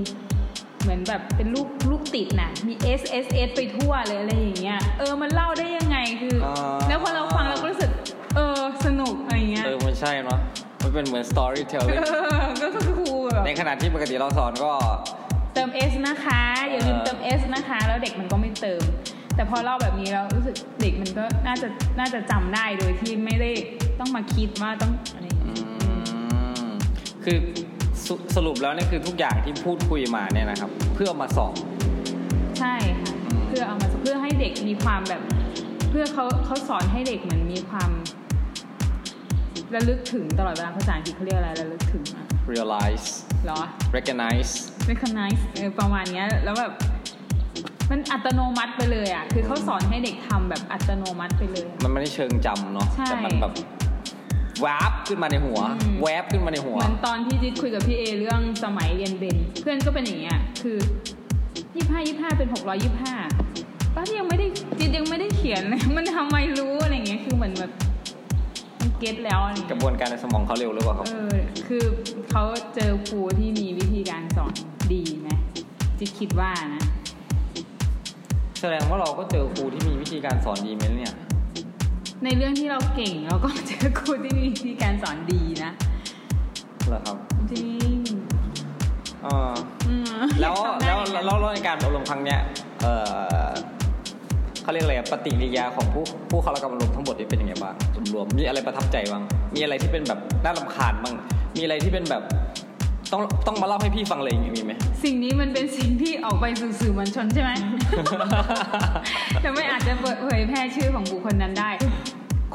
[SPEAKER 1] เหมือนแบบเป็นลูกลูกติดน่ะมี S S S ไปทั่วเลยอะไรอย่างเงี้ยเออมันเล่าได้ยังไงคือ
[SPEAKER 2] อ่า
[SPEAKER 1] แล้วพอเราฟังเราก็รู้สึกเออสนุกอะไรเงี้ย
[SPEAKER 2] เออมันใช่เนาะมันเป็นเหมือน
[SPEAKER 1] เอ
[SPEAKER 2] storytelling
[SPEAKER 1] อก็คือ ครูแบบ
[SPEAKER 2] ในขณะที่ปกติเราสอนก็
[SPEAKER 1] เติม S นะคะ อย่าลืมเติม S นะคะ แล้วเด็กมันก็ไม่เติม แต่พอเล่าแบบนี้แล้วรู้สึกเด็กมันก็น่าจะน่าจะจำได้โดยที่ไม่ได้ต้องมาคิดว่าต้องอะไรอย่างเงี้ย
[SPEAKER 2] อืมคือสรุสรุปแล้วเนี่ยคือทุกอย่างที่พูดคุยมาเนี่ยนะครับ เพื่อมาสอบ
[SPEAKER 1] ใช่ค่ะเพื่อเอามาเพื่อให้เด็กมีความแบบ เพื่อเขาเขาสอนให้เด็กเหมือนมีความระลึกถึงตลอดเวลาภาษาอังกฤษเขาเรียกอะไรระลึกถึงอะ
[SPEAKER 2] realize
[SPEAKER 1] เหรอ
[SPEAKER 2] recognize
[SPEAKER 1] recognize เออประมาณเนี้ยแล้วแบบมันอัตโนมัติไปเลยอ่ะคือเขาสอนให้เด็กทำแบบอัตโนมัติไปเลยอะ
[SPEAKER 2] มันไม่ได้เชิงจำเนาะ
[SPEAKER 1] ใช่
[SPEAKER 2] แต่มันแบบแวบขึ้นมาในหัว
[SPEAKER 1] อืม
[SPEAKER 2] แวบขึ้นมาในหัว
[SPEAKER 1] เหมือนตอนที่จิ๊ดคุยกับพี่เอเรื่องสมัยเรียนเบนเพื่อนก็เป็นอย่างเงี้ยคือยี่ห้ายี่ห้าเป็นหกร้อยยี่ห้าป้ายังไม่ได้จิ๊ดยังไม่ได้เขียน เลย มันทำไมรู้อะไรเงี้ยคือเหมือนแบบมันเก็ตแล้วอะไร
[SPEAKER 2] ก
[SPEAKER 1] เงี้
[SPEAKER 2] ระ
[SPEAKER 1] ย
[SPEAKER 2] บวนการในสมองเขาเร็วหรือเปล่าครับ
[SPEAKER 1] เออคือเขาเจอครูที่มีวิธีการสอนดีไหมจิ๊ดคิดว่านะ
[SPEAKER 2] แสดงว่าเราก็เจอครูที่มีวิธีการสอนดีไหมเนี่ย
[SPEAKER 1] ในเรื่องที่เราเก่งเราก็เจอครูที่มีวิธีการสอนดีนะ
[SPEAKER 2] เหรอครับ
[SPEAKER 1] จริง
[SPEAKER 2] เออ
[SPEAKER 1] อืม
[SPEAKER 2] แล้ว
[SPEAKER 1] ทำได้
[SPEAKER 2] แล้วแล้วแล้วแล้วในการอบรมครั้งเนี้ยเออเขาเรียกอะไรอะปฏิกิริยาของผู้ผู้เข้ารับการอบรมทั้งหมดนี่เป็นยังไงบ้างรวมๆมีอะไรประทับใจบ้าง มีอะไรที่เป็นแบบน่ารำคาญบ้าง มีอะไรที่เป็นแบบต้องต้องมาเล่าให้พี่ฟังเลยอย่างงี้มีไหม
[SPEAKER 1] สิ่งนี้มันเป็นสิ่งที่ออกไปสู่สื่อมวลชนใช่ไหม จะไม่อาจจะเปิดเผยแพร่ชื่อของบุคคลนั้นได้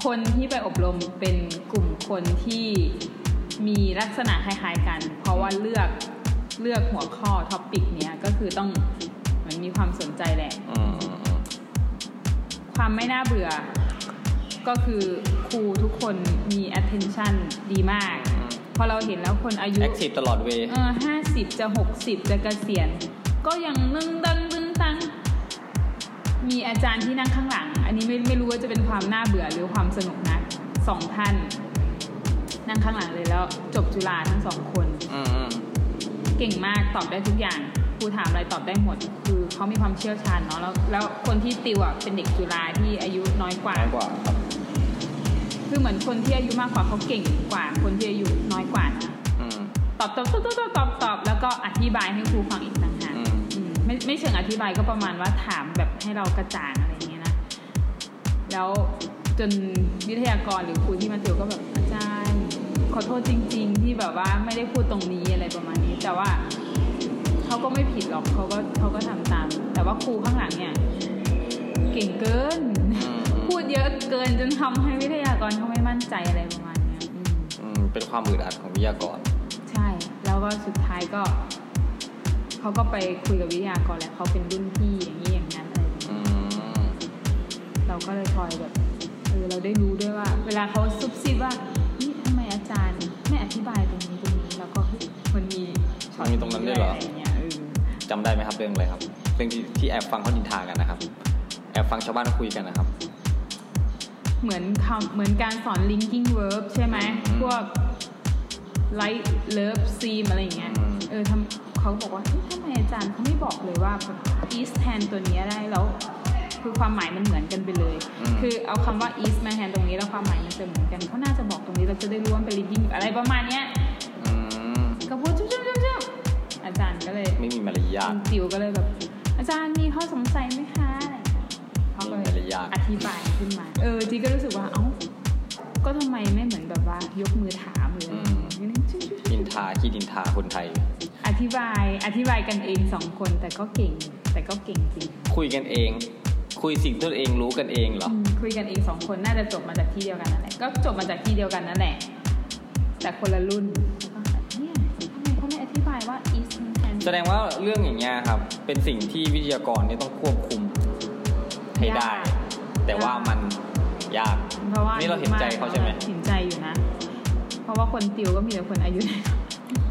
[SPEAKER 1] คนที่ไปอบรมเป็นกลุ่มคนที่มีลักษณะคล้ายๆกัน เพราะว่าเลือกเลือกหัวข้อท็อปิกเนี้ยก็คือต้องเหมันมีความสนใจแหละ
[SPEAKER 2] อืมอืมอืม
[SPEAKER 1] ความไม่น่าเบื่อ ก็คือครูทุกคนมี attention ดีมาก พอเราเห็นแล้วคนอายุ
[SPEAKER 2] แอคทีฟตลอดเวย์
[SPEAKER 1] เออห้าสิบจะหกสิบจะเกษียณ ก็ยังนึ่งตังนึ่งตัง มีอาจารย์ที่นั่งข้างหลัง อันนี้ไม่ไม่รู้ว่าจะเป็นความน่าเบื่อหรือความสนุกนะสองท่าน นั่งข้างหลังเลยแล้ว จบจุฬาทั้งสองคน
[SPEAKER 2] อืมอืม
[SPEAKER 1] เก่งมากตอบได้ทุกอย่างครูถามอะไรตอบได้หมด คือเขามีความเชี่ยวชาญเนาะแล้วแล้วคนที่ติวอ่ะเป็นเด็กจุฬาที่อายุน้อยกว่า
[SPEAKER 2] น้อยกว่าครับ
[SPEAKER 1] คือเหมือนคนที่อายุมากกว่าเขาเก่งกว่า คนที่อายุน้อยกว่านะ
[SPEAKER 2] อืม
[SPEAKER 1] ตอบตอบตอบตอบตอบตอบตอบแล้วก็อธิบายให้ครูฟังอีกต่างหาก
[SPEAKER 2] อืม
[SPEAKER 1] อืมไม่ไม่เชิงอธิบายก็ประมาณว่าถามแบบให้เรากระจ่างอะไรอย่างเงี้ยนะ แล้วจนวิทยากรหรือครูที่มาติวก็แบบอาจารย์ ขอโทษจริง ๆ ที่แบบว่าไม่ได้พูดตรงนี้อะไรประมาณนี้ แต่ว่าเขาก็ไม่ผิดหรอกเขาก็เขาก็ทำตาม แต่ว่าครูข้างหลังเนี่ยเก่งเกิน
[SPEAKER 2] อืม
[SPEAKER 1] พูดเยอะเกินจนทำให้วิทยากรเขาไม่มั่นใจอะไรประมาณเนี้ยอืม
[SPEAKER 2] อืมเป็นความอึดอัดของวิทยากร
[SPEAKER 1] ใช่ แล้วก็สุดท้ายก็เขาก็ไปคุยกับวิทยากรแหล้วเขาเป็นรุ่นพี่อย่างนี้อย่างนั้นอะไรอย่างเงี้ย
[SPEAKER 2] อืม
[SPEAKER 1] เราก็เลยคอยแบบเออเราได้รู้ด้วยว่า เวลาเขาซุบซิบว่านี่ทำไมอาจารย์ไม่อธิบายตรงนี้ตรงนี้แล้วก็เฮ้ยมันมีช็อต
[SPEAKER 2] มันมีตรงนั้นด้วยเหรอ
[SPEAKER 1] ะไางเงี้ยเออ
[SPEAKER 2] จำได้ไหมครับเรื่องอะไรครับ เรื่องที่ที่แอบฟังเขาดินทากันนะครับ แอบฟังชาวบ้านเขาคุยกันนะครับ
[SPEAKER 1] เหมือนคำเหมือนการสอน linking verb ใช่ไหม
[SPEAKER 2] อืม
[SPEAKER 1] พวก light love seem อะไรอย่างเงี้ย
[SPEAKER 2] อืม
[SPEAKER 1] เออทำเขาบอกว่าเฮ้ยทำไมอาจารย์เขาไม่บอกเลยว่า is tan ตัวเนี้ยได้แล้ว คือความหมายมันเหมือนกันไปเลย
[SPEAKER 2] อืม
[SPEAKER 1] คือเอาคำว่า is มาแทนตรงนี้แล้วความหมายมันจะเหมือนกันเขาน่าจะบอกตรงนี้เราจะได้รู้ว่ามันเป็น linking อะไรประมาณเนี้ย
[SPEAKER 2] อืม
[SPEAKER 1] ก็พูดจุ๊บจุ๊บจุ๊บจุ๊บอาจารย์ก็เลย
[SPEAKER 2] ไม่มีมารยาท
[SPEAKER 1] ติวก็เลยแบบ อาจารย์มีข้อสงสัยไหมคะอะไรอย่างเงี้ยเขา
[SPEAKER 2] มีหลายๆอย่าง
[SPEAKER 1] อธิบายขึ้นมา เออจีก็รู้สึกว่าเอ้าก็ทำไมไม่เหมือนแบบว่ายกมือถามหรืออะไรอย่างเงี้ยชึ้งชึ้ง
[SPEAKER 2] นินทาขี้นินทาคนไทย
[SPEAKER 1] อธิบายอธิบายกันเองสองคนแต่ก็เก่ง แต่ก็เก่งจริง
[SPEAKER 2] คุยกันเอง คุยสิ่งที่ตัวเองรู้กันเองเหรอ
[SPEAKER 1] อืมคุยกันเองสองคนน่าจะจบมาจากที่เดียวกันนั่นแหละก็จบมาจากที่เดียวกันนั่นแหละ แต่คนละรุ่นแล้วก็แบบเนี่ยทำไมเขาไม่อธิบายว่า is in can
[SPEAKER 2] แสดงว่าเรื่องอย่างเงี้ยครับ เป็นสิ่งที่วิทยากรเนี่ยต้องควบคุมให้ได้
[SPEAKER 1] ยาก
[SPEAKER 2] แต่ว่ามันยาก
[SPEAKER 1] เพราะว่า
[SPEAKER 2] นี่
[SPEAKER 1] นี่
[SPEAKER 2] เราเห็นใจเขาใช่ไหม
[SPEAKER 1] เห็นใจอยู่นะ เพราะว่าคนติวก็มีแต่คนอายุ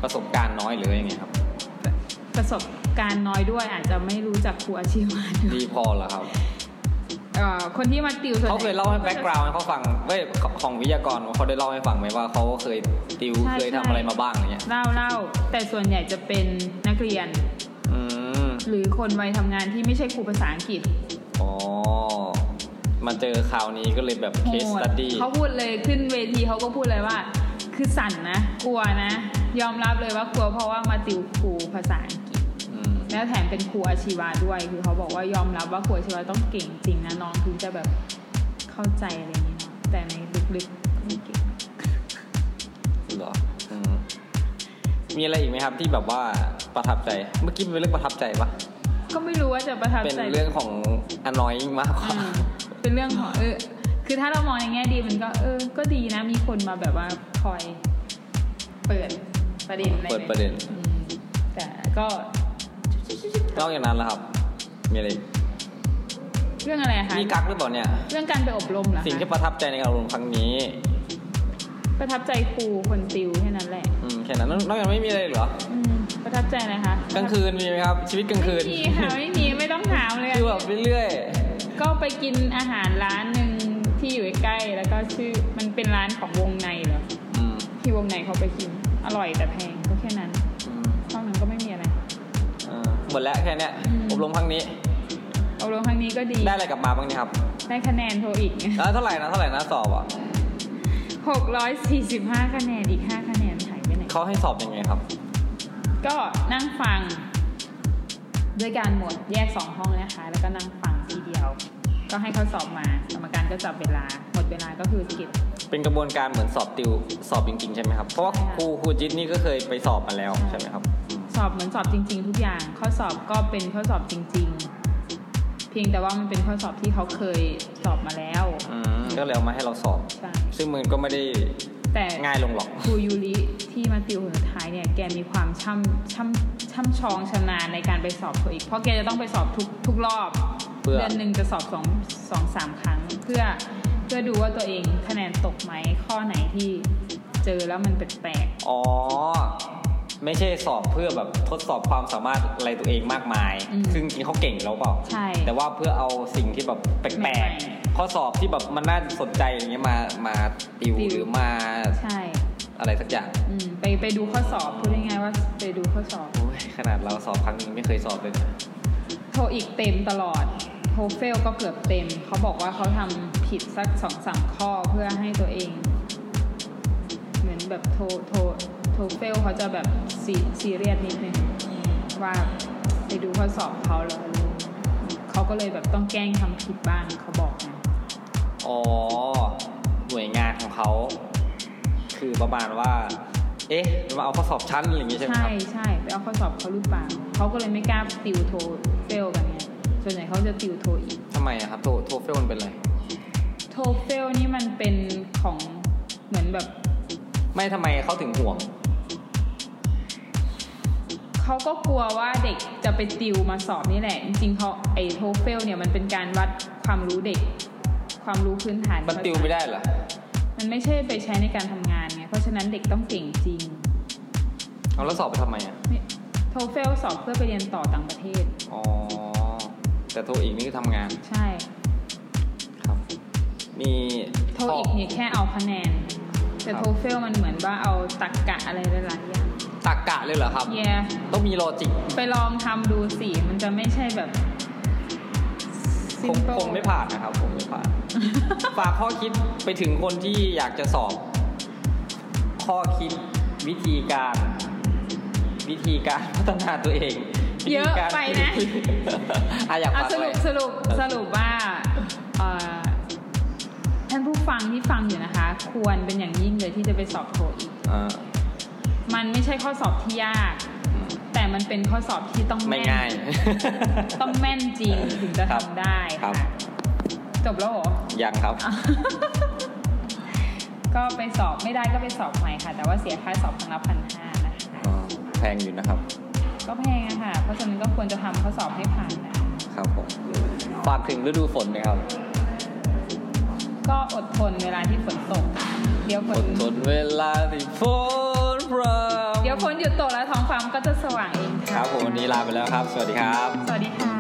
[SPEAKER 2] ประสบการณ์น้อยหรือยังไงครับ
[SPEAKER 1] ประสบการณ์น้อยด้วยอาจจะไม่รู้จักครูอาชีวะ ด้วย
[SPEAKER 2] ดีพอเหรอครับ
[SPEAKER 1] เอ่อคนที่มาติวส่วน
[SPEAKER 2] เขาเคยเล่าให้แบ็กกราวน์เขาฟังเว้ยของวิทยากรเขาได้เล่าให้ฟังไหมว่าเขาเคยติว
[SPEAKER 1] ใช่
[SPEAKER 2] เคยทำอะไรมาบ้างอะไรเงี้ย
[SPEAKER 1] เล่าเล่าแต่ส่วนใหญ่จะเป็นนักเรียน
[SPEAKER 2] อืม
[SPEAKER 1] หรือคนวัยทำงานที่ไม่ใช่ครูภาษาอังกฤษ
[SPEAKER 2] อ๋อ มาเจอข่าวนี้ก็เลยแบบเคส
[SPEAKER 1] โห
[SPEAKER 2] ตัดดี้
[SPEAKER 1] เขาพูดเลยขึ้นเวทีเขาก็พูดเลยว่า คือสั่นนะ กลัวนะ ยอมรับเลยว่ากลัวเพราะว่ามาติวครูภาษาอังกฤษ แล้วแถมเป็นครูอาชีวะด้วย คือเขาบอกว่ายอมรับว่าครูอาชีวะต้องเก่งจริงนะน้องถึงจะแบบเข้าใจอะไรอย่างเงี้ยเนาะแต่ในลึกๆก็ไม่เก่ง
[SPEAKER 2] เหรออืมมีอะไรอีกไหมครับที่แบบว่าประทับใจ เมื่อกี้มันเป็นเรื่องประทับใจปะ
[SPEAKER 1] ก็ไม่รู้ว่าจะประทับ
[SPEAKER 2] เป็น
[SPEAKER 1] ใจ
[SPEAKER 2] เรื่องของอนอยมากกว่า
[SPEAKER 1] อืมเป็นเรื่องของเออคือถ้าเรามองในแง่ดีมันก็ เออ ก็ดีนะมีคนมาแบบว่าคอย เปิดประเด็นอะไร
[SPEAKER 2] เปิดประเด็น
[SPEAKER 1] อืมแต่ก็
[SPEAKER 2] นอกจากนั้นแล้วครับ มีอะไรอีก
[SPEAKER 1] เรื่องอะไรคะ
[SPEAKER 2] นี่กักหรือเปล่าเนี่ย
[SPEAKER 1] เรื่องการไปอบรมเหรอ
[SPEAKER 2] สิ่งที่
[SPEAKER 1] คะ
[SPEAKER 2] ประทับใจในการอบรมครั้งนี้
[SPEAKER 1] ประทับใจครูคนติวแค่นั้นแหละ
[SPEAKER 2] อืมแค่นั้นนอกนอกจากนั้นไม่มีอะไรเหรอ
[SPEAKER 1] อืมประทับใจอะไรคะ
[SPEAKER 2] กลางคืนมีไหมครับ ชีวิตกลางคืน
[SPEAKER 1] ไม่มีค่ะไม่มีไม่ต้องถามเลยอะ
[SPEAKER 2] คือแบบเรื่อย
[SPEAKER 1] ก็ไปกินอาหารร้านหนึ่งที่อยู่ใกล้ๆแล้วก็ชื่อมันเป็นร้านของวงในเหรอ
[SPEAKER 2] ๆอืม
[SPEAKER 1] ที่วงในเขาไปกิน อร่อยแต่แพงก็แค่นั้น
[SPEAKER 2] อืม
[SPEAKER 1] นอกนั้นก็ไม่มีอะไร
[SPEAKER 2] เออหมดแล้วแค่เนี้ย
[SPEAKER 1] อืม
[SPEAKER 2] อบรมครั้งนี้
[SPEAKER 1] อบรมครั้งนี้ก็ดี
[SPEAKER 2] ได้อะไรกลับมาบ้างเนี่ยครับ
[SPEAKER 1] ได้คะแนนโทอีก
[SPEAKER 2] แล้วเท่าไหร่นะเท่าไหร่นะสอบอ่ะ
[SPEAKER 1] 645 คะแนนอีก 5 คะแนนหายไปไหน
[SPEAKER 2] เขาให้สอบยังไงครับ
[SPEAKER 1] ก็นั่งฟัง ด้วยการหมดแยก 2 ห้องนะคะ แล้วก็นั่งฟังทีเดียว ก็ให้เขาสอบมากรรมการก็จับเวลาหมดเวลาก็คือเก็บ
[SPEAKER 2] เป็นกระบวนการเหมือนสอบติวสอบจริงๆใช่ไหมครับ เพราะว่า
[SPEAKER 1] ใช่ค่ะ
[SPEAKER 2] ครูครูจิตนี่ก็เคยไปสอบมาแล้วใช่ไหมครับ
[SPEAKER 1] สอบเหมือนสอบจริง ๆ ทุกอย่างข้อสอบก็เป็นข้อสอบจริง ๆ เพียงแต่ว่ามันเป็นข้อสอบที่เขาเคยสอบมาแล้ว
[SPEAKER 2] อืมก็เลยเอามาให้เราสอบ
[SPEAKER 1] ใช่
[SPEAKER 2] ซึ่งมันก็ไม่ได้
[SPEAKER 1] แต่
[SPEAKER 2] ง่ายลงหรอก
[SPEAKER 1] ครูยูริที่มาติวคนสุดท้ายเนี่ยแกมีความช่ำช่ำช่ำชองชำนาญในการไปสอบตัวอีก เพราะแกจะต้องไปสอบทุกทุกรอบ
[SPEAKER 2] เพื่อ
[SPEAKER 1] อนหนึ่งจะสอบสองสองสามครั้ง เพื่อเพื่อดูว่าตัวเองคะแนนตกไหมข้อไหนที่เจอแล้วมันแปลก
[SPEAKER 2] อ๋อ ไม่ใช่สอบเพื่อแบบทดสอบความสามารถอะไรตัวเองมากมาย ซึ่งจริงเขาเก่งอยู่แล้วเปล่า
[SPEAKER 1] ๆใช่
[SPEAKER 2] แต่ว่าเพื่อเอาสิ่งที่แบบแป
[SPEAKER 1] ใหม่
[SPEAKER 2] ลกๆข้อสอบที่แบบมันน่าสนใจอย่างเงี้ยมามาติว
[SPEAKER 1] ติว
[SPEAKER 2] หรือมา
[SPEAKER 1] ใช่
[SPEAKER 2] อะไรสักอย่าง
[SPEAKER 1] อืมไปไปดูข้อสอบพูดง่ายๆว่าไปดูข้อสอบ
[SPEAKER 2] โอ้ยขนาดเราสอบครั้งหนึงไม่เคยสอบเลยนะ
[SPEAKER 1] โทอีกเต็มตลอดโทเฟลก็เกือบเต็ม เขาบอกว่าเขาทำผิดสักสองสามข้อเพื่อให้ตัวเอง เหมือนแบบโทโทโทเฟลเขาจะแบบซีซีเรียสนิดนึงว่าไปดูข้อสอบเขาแล้วเขาก็เลยแบบต้องแกล้งทำผิดบ้างเขาบอกนะ
[SPEAKER 2] อ๋อ หน่วยงานของเขาคือประมาณว่า เอ๊ะมาเอาข้อสอบชั้นอะไรอย่างงี้ใช่ไหม
[SPEAKER 1] ใช่
[SPEAKER 2] ครับ
[SPEAKER 1] ใช่ไปเอาข้อสอบเขาหรือเปล่าเขาก็เลยไม่กล้าติวโทเฟลกันไงส่วนใหญ่เขาจะติวโทอีก
[SPEAKER 2] ทำไมอะครับโทโทเฟลมันเป็นอะไร
[SPEAKER 1] โทเฟลนี่มันเป็นของเหมือนแบบ
[SPEAKER 2] ไม่ทำไมเขาถึงห่วง
[SPEAKER 1] เขาก็กลัวว่าเด็กจะไปติวมาสอบนี่แหละ จริงๆเขาไอ้โทเฟลเนี่ยมันเป็นการวัดความรู้เด็ก ความรู้พื้นฐาน
[SPEAKER 2] มันติวไม่ได้เหรอ
[SPEAKER 1] มันไม่ใช่ไปใช้ในการทำงานไงเพราะฉะนั้นเด็กต้องเก่งจริง
[SPEAKER 2] เอาแล้วสอบไปทำไมอ่ะ
[SPEAKER 1] โทเฟลสอบเพื่อไปเรียนต่อต่างประเทศ
[SPEAKER 2] อ๋อ แต่โทอีกนี่คือทำงาน
[SPEAKER 1] ใช่
[SPEAKER 2] ครับ มี
[SPEAKER 1] โทอีกเนี่ยแค่เอาคะแนน แต่โทเฟลมันเหมือนว่าเอาตรรกกะอะไรหลายๆอย่าง
[SPEAKER 2] ตักกะเลยเหรอครับ
[SPEAKER 1] แย่ yeah.
[SPEAKER 2] ต้องมีโลจิก
[SPEAKER 1] ไปลองทำดูสิ มันจะไม่ใช่แบบ
[SPEAKER 2] คง
[SPEAKER 1] simple
[SPEAKER 2] คงไม่ผ่านนะครับ คงไม่ผ่าน ฝากข้อคิดไปถึงคนที่อยากจะสอบ ข้อคิดวิธีการ วิธีการ พัฒนาตัวเองวิธีกา
[SPEAKER 1] เย
[SPEAKER 2] ร
[SPEAKER 1] อะไปนะ
[SPEAKER 2] อ่ะอยาก
[SPEAKER 1] เอา
[SPEAKER 2] ฝาก
[SPEAKER 1] ส
[SPEAKER 2] อะไร
[SPEAKER 1] รุปสรุปสรุปว่า เอ่อท่านผู้ฟังที่ฟังอยู่นะคะ ควรเป็นอย่างยิ่งเลยที่จะไปสอบโทอีก
[SPEAKER 2] อ่า
[SPEAKER 1] มันไม่ใช่ข้อสอบที่ยาก แต่มันเป็นข้อสอบที่ต้อง
[SPEAKER 2] ไม่
[SPEAKER 1] แม่น
[SPEAKER 2] ง่าย
[SPEAKER 1] ต้องแม่นจริงถึงจะ
[SPEAKER 2] ครับ
[SPEAKER 1] ทำได้
[SPEAKER 2] ครั
[SPEAKER 1] ค่ะ
[SPEAKER 2] บ
[SPEAKER 1] จบแล้วเหรอ
[SPEAKER 2] ยังครับ
[SPEAKER 1] ก็ไปสอบไม่ได้ก็ไปสอบใหม่ค่ะ แต่ว่าเสียค่าสอบครั้งละพันห้านะคะ
[SPEAKER 2] อ่าแพงอยู่นะครับ
[SPEAKER 1] ก็แพงอะค่ะ เพราะฉะนั้นก็ควรจะทำข้อสอบให้ผ่านนะ
[SPEAKER 2] ครับผมฝากถึงฤดูฝนไหมครับ
[SPEAKER 1] ก็อดทนเวลาที่ฝนตก เดี๋ยวฝ
[SPEAKER 2] ฝ
[SPEAKER 1] น
[SPEAKER 2] นทนเวลาที่ฝนพรำ
[SPEAKER 1] เดี๋ยวฝนหยุดตกแล้วท้องฟ้ามันก็จะสว่างเอง
[SPEAKER 2] ครับผมวันนี้ลาไปแล้วครับ สวัสดีครับ
[SPEAKER 1] สวัสดีค่ะ